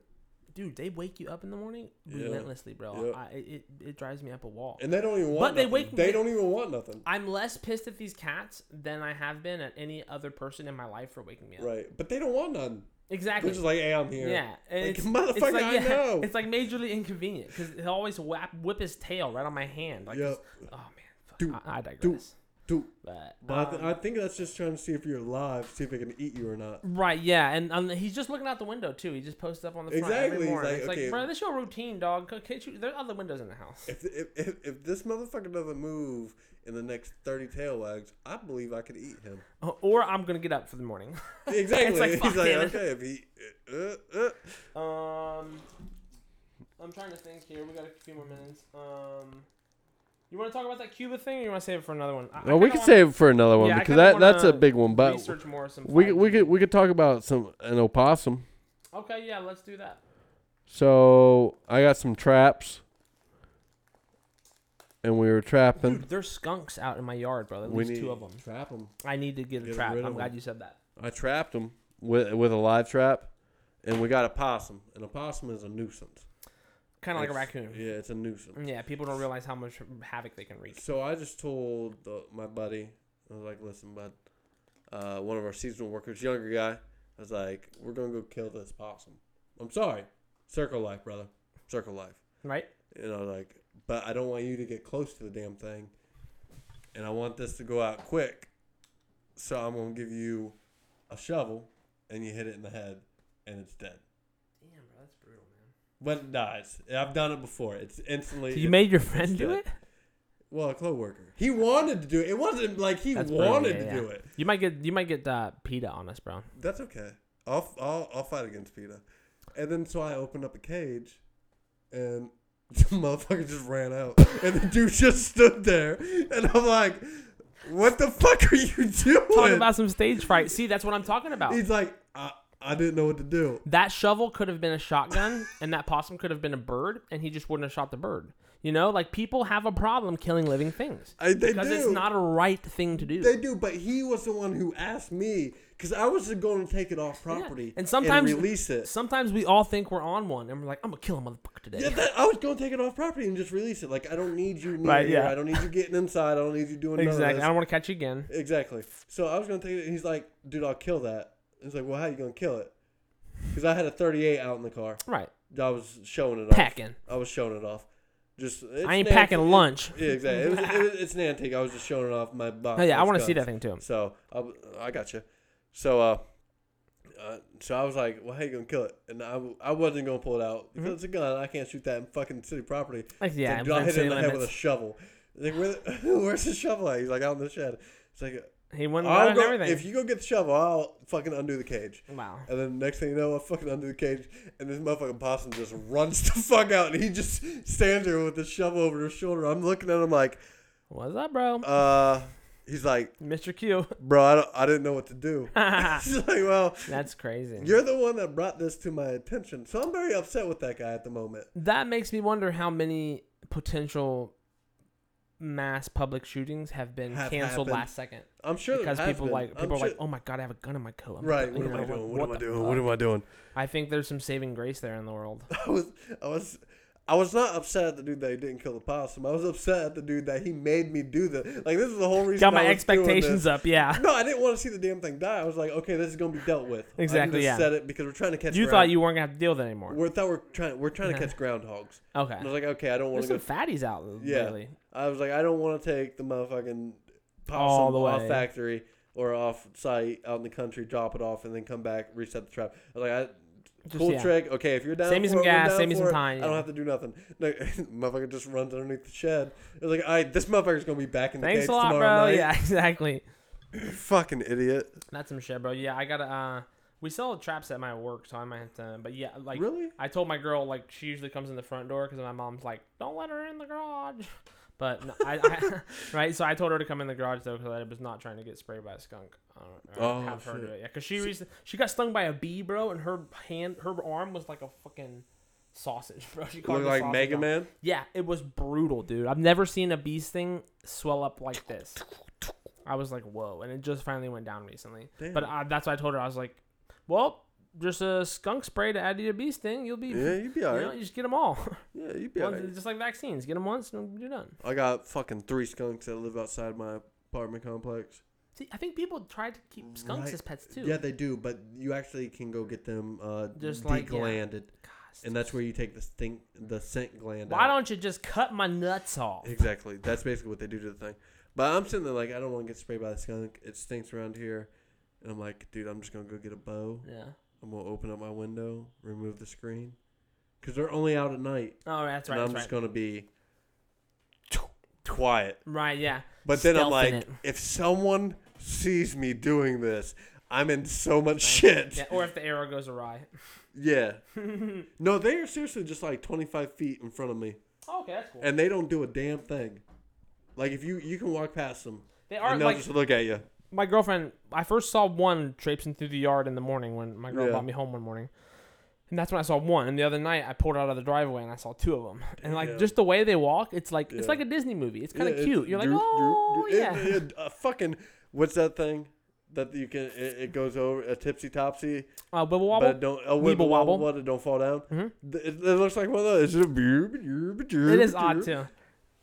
Speaker 2: dude, they wake you up in the morning
Speaker 1: Yeah.
Speaker 2: relentlessly, bro.
Speaker 1: Yeah.
Speaker 2: I, it it drives me up a wall.
Speaker 1: And they don't even want.
Speaker 2: But they
Speaker 1: nothing.
Speaker 2: wake-
Speaker 1: They don't even want nothing.
Speaker 2: I'm less pissed at these cats than I have been at any other person in my life for waking me up.
Speaker 1: Right. But they don't want none. They're
Speaker 2: Exactly.
Speaker 1: just like, hey, I'm here.
Speaker 2: Yeah, and
Speaker 1: Like,
Speaker 2: it's,
Speaker 1: motherfucker,
Speaker 2: it's like,
Speaker 1: I
Speaker 2: yeah,
Speaker 1: know.
Speaker 2: It's like majorly inconvenient because he'll always whap, whip his tail right on my hand. Like,
Speaker 1: Yep.
Speaker 2: it's- oh man, fuck,
Speaker 1: Dude,
Speaker 2: I, I digress.
Speaker 1: Dude,
Speaker 2: But,
Speaker 1: but I, th- I think that's just trying to see if you're alive, see if they can eat you or not.
Speaker 2: Right, yeah, and um, he's just looking out the window too. He just posts up on the front
Speaker 1: Exactly,
Speaker 2: every
Speaker 1: he's
Speaker 2: morning.
Speaker 1: like,
Speaker 2: it's
Speaker 1: okay.
Speaker 2: like, bro, this your routine, dog. Go- Can't you? There are other windows in the house. [LAUGHS]
Speaker 1: If, if, if, if this motherfucker doesn't move in the next 30 tail wags, I believe I could eat
Speaker 2: [LAUGHS]
Speaker 1: him.
Speaker 2: Or I'm gonna get up for the morning. [LAUGHS]
Speaker 1: Exactly.
Speaker 2: like,
Speaker 1: He's
Speaker 2: fuck
Speaker 1: like,
Speaker 2: it. [LAUGHS]
Speaker 1: okay, if he. Uh, uh.
Speaker 2: um, I'm trying to think here. We got a few more minutes. Um, you want to talk about that Cuba thing, or you want to save it for another one? I, I
Speaker 1: Well, we
Speaker 2: kinda
Speaker 1: could
Speaker 2: wanna
Speaker 1: save it for another one
Speaker 2: Yeah, I
Speaker 1: because
Speaker 2: kinda
Speaker 1: that, that's a
Speaker 2: wanna
Speaker 1: big one. But
Speaker 2: research more. Some
Speaker 1: we, could-
Speaker 2: 5G.
Speaker 1: we could we could talk about some an opossum.
Speaker 2: Okay, yeah, let's do that.
Speaker 1: So I got some traps, and we were trapping.
Speaker 2: Dude, there's skunks out in my yard, bro. At
Speaker 1: we
Speaker 2: least
Speaker 1: need
Speaker 2: two of them.
Speaker 1: Trap them.
Speaker 2: I need to get a
Speaker 1: Get
Speaker 2: trap.
Speaker 1: rid of
Speaker 2: I'm glad
Speaker 1: them.
Speaker 2: you said that.
Speaker 1: I trapped them with with a live trap, and we got a possum. And a possum is a nuisance.
Speaker 2: Kind of like a
Speaker 1: It's-
Speaker 2: raccoon. Mm-hmm.
Speaker 1: Yeah, it's a nuisance.
Speaker 2: Yeah, people don't realize how much havoc they can wreak.
Speaker 1: So I just told the, my buddy, I was like, listen, bud, uh, one of our seasonal workers, younger guy, I was like, we're going to go kill this possum. I'm sorry. Circle life, brother. Circle life.
Speaker 2: Right?
Speaker 1: And I was like, but I don't want you to get close to the damn thing. And I want this to go out quick. So I'm going to give you a shovel and you hit it in the head and it's dead.
Speaker 2: Damn, bro, that's brutal, man.
Speaker 1: But it dies. I've done it before. It's instantly.
Speaker 2: you made your friend
Speaker 1: it's
Speaker 2: do
Speaker 1: dead.
Speaker 2: it?
Speaker 1: Well, a coworker. He wanted to do it. It wasn't like he
Speaker 2: That's brutal,
Speaker 1: wanted to
Speaker 2: yeah, yeah.
Speaker 1: do it.
Speaker 2: You might get you might get uh, PETA on us, bro.
Speaker 1: That's okay. I'll, I'll I'll fight against PETA. And then so I opened up a cage, and [LAUGHS] the motherfucker just ran out, and the dude just stood there, and I'm like, "What the fuck are you doing?"
Speaker 2: Talking about some stage fright. See, that's what I'm talking about.
Speaker 1: He's like, "I I didn't know what to do."
Speaker 2: that shovel could have been a shotgun, and that possum could have been a bird, and he just wouldn't have shot the bird. You know, like people have a problem killing living things
Speaker 1: I, they
Speaker 2: because
Speaker 1: do.
Speaker 2: it's not a right thing to do.
Speaker 1: they do, but he was the one who asked me because I was going to take it off property
Speaker 2: And sometimes-
Speaker 1: release it.
Speaker 2: Sometimes we all think we're on one, and we're like, "I'm gonna kill a motherfucker today."
Speaker 1: Yeah, that, I was gonna take it off property and just release it. Like I don't need you near
Speaker 2: Right,
Speaker 1: here.
Speaker 2: yeah.
Speaker 1: I don't need you getting inside. I don't need you doing None of
Speaker 2: exactly.
Speaker 1: this.
Speaker 2: I don't want to catch you again.
Speaker 1: Exactly. So I was gonna take it. And he's like, "Dude, I'll kill that." He's like, "Well, how you gonna kill it?" Because I had a 38 out in the car.
Speaker 2: Right.
Speaker 1: I was showing it off.
Speaker 2: Packing.
Speaker 1: I was showing it off. Just it's
Speaker 2: I ain't
Speaker 1: an
Speaker 2: packing
Speaker 1: antique.
Speaker 2: lunch.
Speaker 1: [LAUGHS] Yeah, exactly. It was, it was, it's an antique. I was just showing it off my box.
Speaker 2: Oh yeah, I
Speaker 1: It's
Speaker 2: want to see
Speaker 1: guns.
Speaker 2: that thing too.
Speaker 1: So I, I got you. So uh, uh, so I was like, well, how you gonna kill it? And I, I wasn't gonna pull it out because it's a gun. I can't shoot that in fucking city property.
Speaker 2: Like, Mm-hmm. yeah,
Speaker 1: It's like, I hit it in
Speaker 2: city
Speaker 1: the head with a
Speaker 2: limits.
Speaker 1: shovel. Like, where, where's the [LAUGHS] shovel at? He's like, out in the shed. It's like,
Speaker 2: he won the
Speaker 1: I'll
Speaker 2: and
Speaker 1: go,
Speaker 2: everything.
Speaker 1: if you go get the shovel, I'll fucking undo the cage.
Speaker 2: wow.
Speaker 1: And then next thing you know, I fucking undo the cage, and this motherfucking possum just runs [LAUGHS] the fuck out, and he just stands there with the shovel over his shoulder. I'm looking at him like,
Speaker 2: What's up, bro?
Speaker 1: uh, he's like,
Speaker 2: Mr. Q. [LAUGHS]
Speaker 1: bro, I, don't, I didn't know what to do. [LAUGHS] he's like, well,
Speaker 2: That's crazy.
Speaker 1: you're the one that brought this to my attention, so I'm very upset with that guy at the moment.
Speaker 2: that makes me wonder how many potential mass public shootings have been
Speaker 1: Have
Speaker 2: canceled
Speaker 1: happened.
Speaker 2: last second
Speaker 1: I'm sure there
Speaker 2: because
Speaker 1: has
Speaker 2: people
Speaker 1: been.
Speaker 2: like
Speaker 1: I'm
Speaker 2: people are
Speaker 1: sure-
Speaker 2: like, oh my god, I have a gun in my coat. I'm
Speaker 1: right?
Speaker 2: gonna-"
Speaker 1: What
Speaker 2: you
Speaker 1: am
Speaker 2: know,
Speaker 1: I doing?
Speaker 2: like,
Speaker 1: What am I
Speaker 2: the
Speaker 1: doing?
Speaker 2: fuck?
Speaker 1: What am I doing?
Speaker 2: I think there's some saving grace there in the world.
Speaker 1: [LAUGHS] I was, I was, I was not upset at the dude that he didn't kill the possum. I was upset at the dude that he made me do the like. This is the whole reason.
Speaker 2: Got my
Speaker 1: I was doing
Speaker 2: expectations [LAUGHS]
Speaker 1: this. [LAUGHS]
Speaker 2: up. Yeah,
Speaker 1: No, I didn't want to see the damn thing die. I was like, okay, this is gonna be dealt with.
Speaker 2: Exactly,
Speaker 1: I
Speaker 2: yeah.
Speaker 1: said it because we're trying to catch.
Speaker 2: you
Speaker 1: ground-
Speaker 2: thought you weren't gonna have to deal with it anymore.
Speaker 1: We thought we're trying. We're trying to catch groundhogs.
Speaker 2: Okay,
Speaker 1: I was like, okay, I don't want
Speaker 2: there's
Speaker 1: to
Speaker 2: some
Speaker 1: go.
Speaker 2: fatties out
Speaker 1: Yeah.
Speaker 2: lately.
Speaker 1: I was like, I don't want to take the motherfucking
Speaker 2: All
Speaker 1: possum
Speaker 2: the
Speaker 1: off
Speaker 2: way.
Speaker 1: factory or off site out in the country, drop it off, and then come back, reset the trap. I was like, I,
Speaker 2: Just,
Speaker 1: cool
Speaker 2: yeah.
Speaker 1: trick. Okay, if you're down,
Speaker 2: Save me
Speaker 1: for
Speaker 2: some
Speaker 1: it, we're
Speaker 2: gas,
Speaker 1: down
Speaker 2: save me
Speaker 1: for
Speaker 2: some
Speaker 1: it.
Speaker 2: time,
Speaker 1: I don't
Speaker 2: yeah.
Speaker 1: have to do nothing. [LAUGHS] No, motherfucker just runs underneath the shed. It's like, all right, this motherfucker's gonna be back in the
Speaker 2: Thanks
Speaker 1: cage
Speaker 2: a lot, bro.
Speaker 1: tomorrow night.
Speaker 2: Yeah, [LAUGHS] exactly.
Speaker 1: Fucking idiot.
Speaker 2: That's some shit, bro. Yeah, I gotta. uh We sell traps at my work, so I might have to. But yeah, like
Speaker 1: really?
Speaker 2: I told my girl like she usually comes in the front door because my mom's like, don't let her in the garage. [LAUGHS] But no, I, I [LAUGHS] right, so I told her to come in the garage though because I was not trying to get sprayed by a skunk. I don't, or
Speaker 1: Oh,
Speaker 2: have her
Speaker 1: shit.
Speaker 2: do it. Yeah, because she recent, she got stung by a bee, bro, and her hand, her arm was like a fucking sausage, [LAUGHS] bro. She
Speaker 1: Look
Speaker 2: called
Speaker 1: like Mega
Speaker 2: Man.
Speaker 1: Man.
Speaker 2: Yeah, it was brutal, dude. I've never seen a bee's thing swell up like this. I was like, whoa, and it just finally went down recently.
Speaker 1: Damn.
Speaker 2: But I, that's why I told her I was like, well, just a skunk spray to add to your bee sting, you'll be,
Speaker 1: Yeah, you'd be
Speaker 2: you know,
Speaker 1: alright.
Speaker 2: you just get them all. [LAUGHS]
Speaker 1: Yeah, you'd be
Speaker 2: Once-
Speaker 1: alright.
Speaker 2: Just like vaccines, get them once and you're done.
Speaker 1: I got fucking three skunks that live outside my apartment complex.
Speaker 2: See, I think people try to keep skunks
Speaker 1: Right.
Speaker 2: as pets too.
Speaker 1: Yeah, they do, but you actually can go get them uh,
Speaker 2: Just like, yeah.
Speaker 1: deglanded,
Speaker 2: Gosh,
Speaker 1: and that's where you take the stink, the scent gland.
Speaker 2: why
Speaker 1: out.
Speaker 2: don't you just cut my nuts off?
Speaker 1: Exactly. That's basically what they do to the thing. But I'm sitting there like, I don't want to get sprayed by the skunk. It stinks around here. And I'm like, dude, I'm just going to go get a bow.
Speaker 2: Yeah.
Speaker 1: I'm going to open up my window, remove the screen. Because they're only out at night.
Speaker 2: Oh, that's right.
Speaker 1: and I'm
Speaker 2: That's right.
Speaker 1: just going to be quiet.
Speaker 2: right. Yeah.
Speaker 1: But then I'm
Speaker 2: Stealthing
Speaker 1: like,
Speaker 2: it.
Speaker 1: if someone sees me doing this, I'm in so much shit.
Speaker 2: yeah. Or if the arrow goes awry. [LAUGHS]
Speaker 1: Yeah. no, they are seriously just like 25 feet in front of me.
Speaker 2: Oh, okay, that's cool.
Speaker 1: And they don't do a damn thing. Like, if you, you can walk past them.
Speaker 2: They are
Speaker 1: and they'll
Speaker 2: like
Speaker 1: just look at you.
Speaker 2: my girlfriend i first saw one traipsing through the yard in the morning when my girl
Speaker 1: Yeah.
Speaker 2: brought me home one morning and that's when i saw one and the other night i pulled out of the driveway and i saw two of them [LAUGHS] and like
Speaker 1: Damn.
Speaker 2: just the way they walk it's like
Speaker 1: Yeah.
Speaker 2: it's like a disney movie it's kind of
Speaker 1: Yeah, it-
Speaker 2: cute you're like
Speaker 1: droop, droop,
Speaker 2: oh
Speaker 1: droop. It-
Speaker 2: yeah
Speaker 1: it- uh, fucking, what's that thing that you can? It, it goes over a tipsy topsy,
Speaker 2: uh, wibble
Speaker 1: but
Speaker 2: wobble
Speaker 1: it don't a
Speaker 2: Weeble
Speaker 1: wibble wobble,
Speaker 2: wobble.
Speaker 1: but it don't fall down.
Speaker 2: Mhm.
Speaker 1: Th- It, it looks like one of those. It's a beer, beer, beer,
Speaker 2: it is odd
Speaker 1: beer.
Speaker 2: too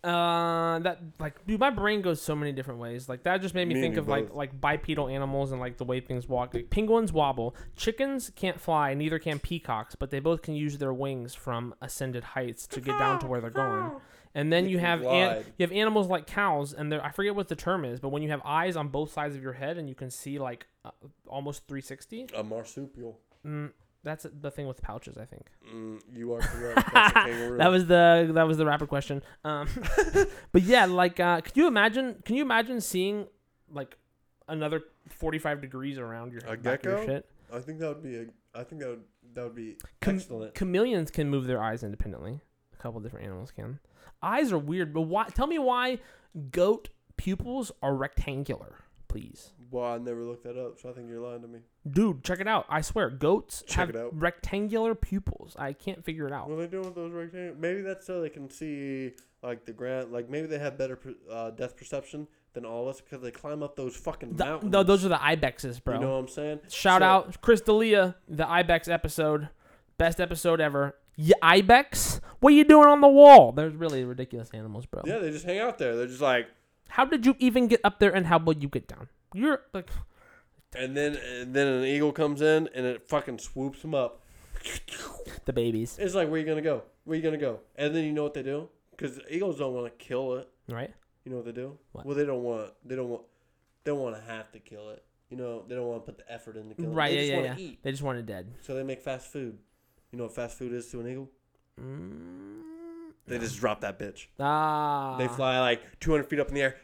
Speaker 2: uh, that like dude, my brain goes so many different ways. Like that just made me
Speaker 1: Me and
Speaker 2: think
Speaker 1: you
Speaker 2: of like
Speaker 1: both.
Speaker 2: like bipedal animals and like the way things walk. Like penguins wobble, chickens can't fly, neither can peacocks, but they both can use their wings from ascended heights to get down to where they're going. And then
Speaker 1: You
Speaker 2: you
Speaker 1: can
Speaker 2: have an,
Speaker 1: glide.
Speaker 2: you have animals like cows, and they're- I forget what the term is, but when you have eyes on both sides of your head and you can see like uh, almost 360,
Speaker 1: A marsupial.
Speaker 2: mm, that's the thing with pouches, I think.
Speaker 1: Mm, you are
Speaker 2: [LAUGHS]
Speaker 1: correct. That's a kangaroo.
Speaker 2: That was the that was the rapid question. Um, [LAUGHS] but yeah, like, uh, can you imagine? Can you imagine seeing like another 45 degrees around your
Speaker 1: A
Speaker 2: back of your
Speaker 1: gecko?
Speaker 2: shit?
Speaker 1: I think that would be a. I think that would that would be
Speaker 2: Com-
Speaker 1: excellent.
Speaker 2: Chameleons can move their eyes independently. A couple different animals can. Eyes are weird, but why? Tell me why goat pupils are rectangular, please.
Speaker 1: Well, I never looked that up, so I think you're lying to me.
Speaker 2: Dude, check it out. I swear, goats
Speaker 1: Check
Speaker 2: have
Speaker 1: it out.
Speaker 2: rectangular pupils. I can't figure it out.
Speaker 1: What are they doing with those rectangles? Maybe that's so they can see like the ground. Like maybe they have better per- uh, depth perception than all of us because they climb up those fucking
Speaker 2: Th-
Speaker 1: mountains.
Speaker 2: th- those are the ibexes, bro.
Speaker 1: You know what I'm saying?
Speaker 2: Shout
Speaker 1: So-
Speaker 2: out Chris D'Elia, the ibex episode, best episode ever. Yeah, ibex, what you doing on the wall? They're really ridiculous animals, bro.
Speaker 1: Yeah, they just hang out there. They're just like,
Speaker 2: How did you even get up there, and how will you get down? You're like, [LAUGHS]
Speaker 1: and then and then an eagle comes in and it fucking swoops them up.
Speaker 2: the babies,
Speaker 1: It's like, where you gonna go? Where you gonna go? And then you know what they do? Because eagles don't want to kill it.
Speaker 2: right?
Speaker 1: You know what they do?
Speaker 2: What?
Speaker 1: Well, they don't want. They don't want. They don't want to have to kill it. you know, they don't want to put the effort in to kill.
Speaker 2: Right,
Speaker 1: It. They just
Speaker 2: yeah, yeah,
Speaker 1: want to
Speaker 2: yeah.
Speaker 1: eat,
Speaker 2: They just want it dead.
Speaker 1: so they make fast food. You know what fast food is to an eagle?
Speaker 2: Mm.
Speaker 1: They just drop that bitch.
Speaker 2: Ah,
Speaker 1: They fly like 200 feet up in the air,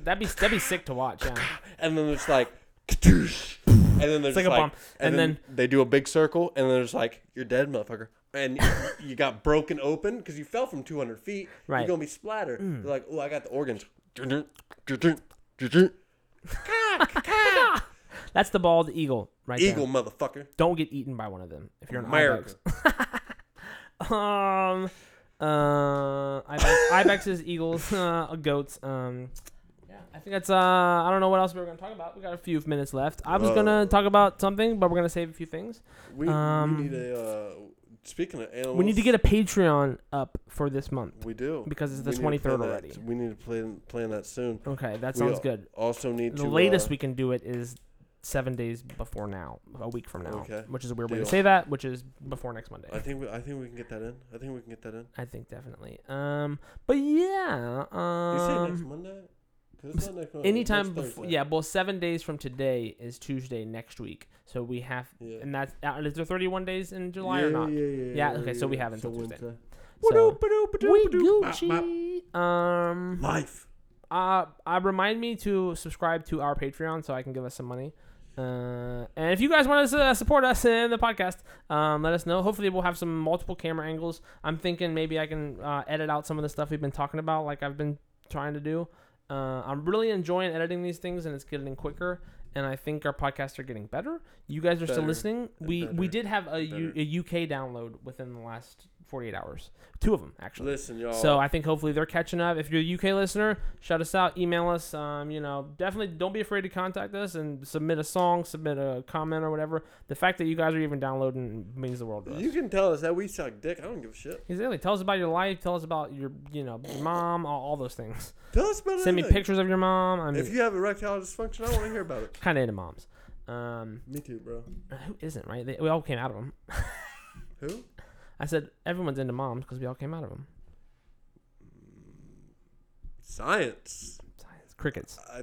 Speaker 2: That'd be that'd be sick to
Speaker 1: [LAUGHS]
Speaker 2: watch. Yeah.
Speaker 1: and then it's like, "Kadoosh." and then there's
Speaker 2: It's like a bomb. And
Speaker 1: they do a big circle, and then it's like, you're dead, motherfucker. And you got broken open because you fell from 200 feet.
Speaker 2: Right. Mm.
Speaker 1: You're gonna be splattered. They're like, oh, I got the organs. Eagle,
Speaker 2: [LAUGHS] That's the bald eagle, right there.
Speaker 1: motherfucker.
Speaker 2: Don't get eaten by one of them if you're an
Speaker 1: America.
Speaker 2: ibex. [LAUGHS] Um, uh,
Speaker 1: [LAUGHS]
Speaker 2: ibex, ibexes, eagles, uh, goats. Um, yeah, I think that's. Uh, I don't know what else we were gonna talk about. We got a few minutes left. I was gonna
Speaker 1: Whoa.
Speaker 2: talk about something, but we're gonna save a few things.
Speaker 1: We,
Speaker 2: Um,
Speaker 1: we need a. Uh, speaking of animals,
Speaker 2: We need to get a Patreon up for this month.
Speaker 1: We do
Speaker 2: because it's the
Speaker 1: We need to
Speaker 2: 23rd
Speaker 1: plan
Speaker 2: already.
Speaker 1: That. We need to plan plan that soon.
Speaker 2: Okay, that
Speaker 1: We
Speaker 2: sounds
Speaker 1: al-
Speaker 2: good.
Speaker 1: Also need
Speaker 2: The
Speaker 1: to
Speaker 2: latest
Speaker 1: uh,
Speaker 2: we can do it is seven days before now, a week from now,
Speaker 1: Okay,
Speaker 2: which is a weird way to
Speaker 1: deal.
Speaker 2: say that, which is before next Monday.
Speaker 1: I think we, I think we can get that in. I think we can get that in.
Speaker 2: I think definitely. Um, but yeah.
Speaker 1: You say next
Speaker 2: Um,
Speaker 1: Monday? 'Cause it's not next Monday,
Speaker 2: anytime
Speaker 1: it's next
Speaker 2: before.
Speaker 1: Thursday.
Speaker 2: Yeah. Well, seven days from today is Tuesday next week, so we have,
Speaker 1: Yeah.
Speaker 2: and that's uh, is there 31 days in July or not?
Speaker 1: Yeah, yeah,
Speaker 2: Yeah, okay, so we have until Tuesday.
Speaker 1: Wednesday.
Speaker 2: So, we
Speaker 1: Bop,
Speaker 2: Gucci. Um,
Speaker 1: bop. Life.
Speaker 2: uh, uh, remind me to subscribe to our Patreon so I can give us some money. Uh, and if you guys want to uh, support us in the podcast, um, let us know. Hopefully, we'll have some multiple camera angles. I'm thinking maybe I can uh, edit out some of the stuff we've been talking about, like I've been trying to do. Uh, I'm really enjoying editing these things, and it's getting quicker. And I think our podcasts are getting better. You guys are still
Speaker 1: Better
Speaker 2: listening.
Speaker 1: and
Speaker 2: We we
Speaker 1: better
Speaker 2: did have a,
Speaker 1: and
Speaker 2: U,
Speaker 1: better.
Speaker 2: a UK download within the last 48 hours, two of them actually.
Speaker 1: Listen, y'all.
Speaker 2: So I think hopefully they're catching up. If you're a UK listener, shout us out, email us. Um, you know, definitely don't be afraid to contact us and submit a song, submit a comment or whatever. The fact that you guys are even downloading means the world to us.
Speaker 1: you can tell us that we suck dick. I don't give a shit.
Speaker 2: Exactly. Tell us about your life. Tell us about your, you know, your mom, all, all those things.
Speaker 1: Tell us about
Speaker 2: Send me
Speaker 1: anything.
Speaker 2: pictures of your mom. I
Speaker 1: If
Speaker 2: mean,
Speaker 1: you have erectile dysfunction, I want to hear about it.
Speaker 2: kind of into moms. Um,
Speaker 1: Me too, bro.
Speaker 2: who isn't right? They, we all came out of them.
Speaker 1: Who?
Speaker 2: I said everyone's into moms because we all came out of them.
Speaker 1: Science.
Speaker 2: Crickets.
Speaker 1: I,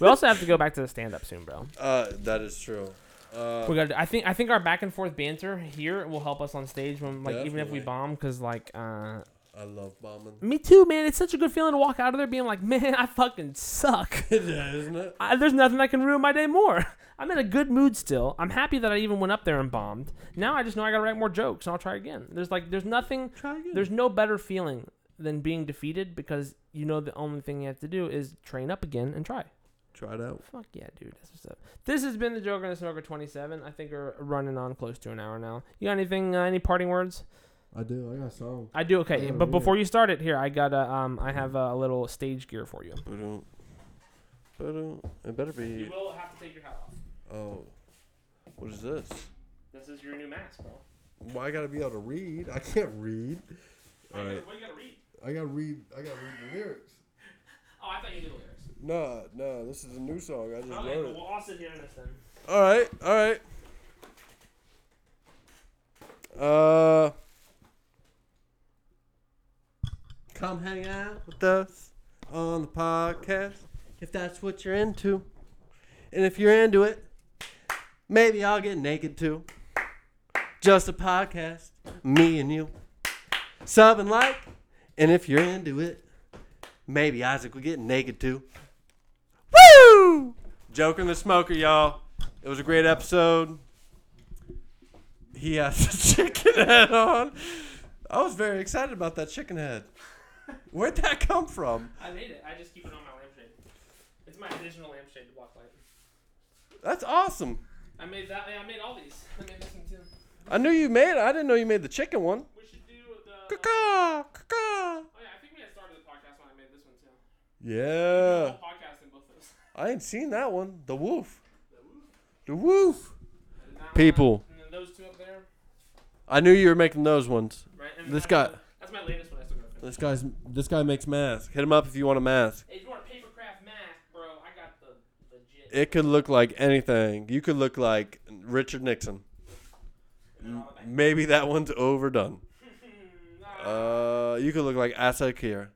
Speaker 2: we also have to go back to the stand up soon, bro.
Speaker 1: uh, that is true. Uh,
Speaker 2: We got. I think. I think our back and forth banter here will help us on stage when, like, even if we
Speaker 1: Definitely.
Speaker 2: bomb, because like, uh,
Speaker 1: I love bombing.
Speaker 2: me too, man. It's such a good feeling to walk out of there being like, [LAUGHS] man, I fucking suck.
Speaker 1: yeah, isn't it?
Speaker 2: I, there's nothing that can ruin my day more. [LAUGHS] I'm in a good mood still. I'm happy that I even went up there and bombed. Now I just know I gotta write more jokes and I'll try again. There's like, there's nothing.
Speaker 1: Try again.
Speaker 2: There's no better feeling than being defeated because you know the only thing you have to do is train up again and try.
Speaker 1: Try it out.
Speaker 2: Fuck yeah, dude. That's what's up. This has been the Joker and the Smoker 27. I think we're running on close to an hour now. You got anything? Uh, any parting words?
Speaker 1: I do. I got a song.
Speaker 2: I do. Okay,
Speaker 1: Yeah,
Speaker 2: but
Speaker 1: yeah.
Speaker 2: before you start it, here I got a um, I have a little stage gear for you.
Speaker 1: But don't. But don't. It better be.
Speaker 2: will have to take your hat off.
Speaker 1: Oh. What is this?
Speaker 2: This is your new mask, bro.
Speaker 1: Well, I gotta be able to read. I can't read. All right.
Speaker 2: What do you gotta read?
Speaker 1: I gotta read. I gotta read the lyrics.
Speaker 2: Oh, I thought you knew the lyrics.
Speaker 1: Nah, nah. This is a new song. I just wrote it.
Speaker 2: all sit here in this then.
Speaker 1: All right, all right. Uh, come hang out with us on the podcast if that's what you're into, and if you're into it, maybe I'll get naked too. Just a podcast, me and you, sub and like, and if you're into it, maybe Isaac will get naked too. Woo! Joker and the Smoker, y'all. It was a great episode. He has a [LAUGHS] chicken head on. I was very excited about that chicken head. Where'd that come from?
Speaker 2: I made it. I just keep it on my lampshade. It's my additional lampshade to block light.
Speaker 1: That's awesome.
Speaker 2: I made that. I made all these. [LAUGHS] I made this one too.
Speaker 1: I knew you made it. I didn't know you made the chicken one.
Speaker 2: We should do the.
Speaker 1: Caw-caw, caw-caw.
Speaker 2: Oh yeah, I think we had started the podcast when I made this one too.
Speaker 1: Yeah.
Speaker 2: podcast in both of us.
Speaker 1: I ain't seen that one. The woof. The woof. People.
Speaker 2: And then those two up there,
Speaker 1: I knew you were making those ones.
Speaker 2: right? And
Speaker 1: This
Speaker 2: that's
Speaker 1: guy-
Speaker 2: my- That's my latest one. I still got.
Speaker 1: This guy's this guy makes masks. Hit him up if you want a mask.
Speaker 2: Hey, if you want a paper craft mask, bro? I got the legit.
Speaker 1: It could look like anything. You could look like Richard Nixon.
Speaker 2: No, [LAUGHS]
Speaker 1: Maybe that one's overdone.
Speaker 2: no.
Speaker 1: Uh, you could look like Asa Akira.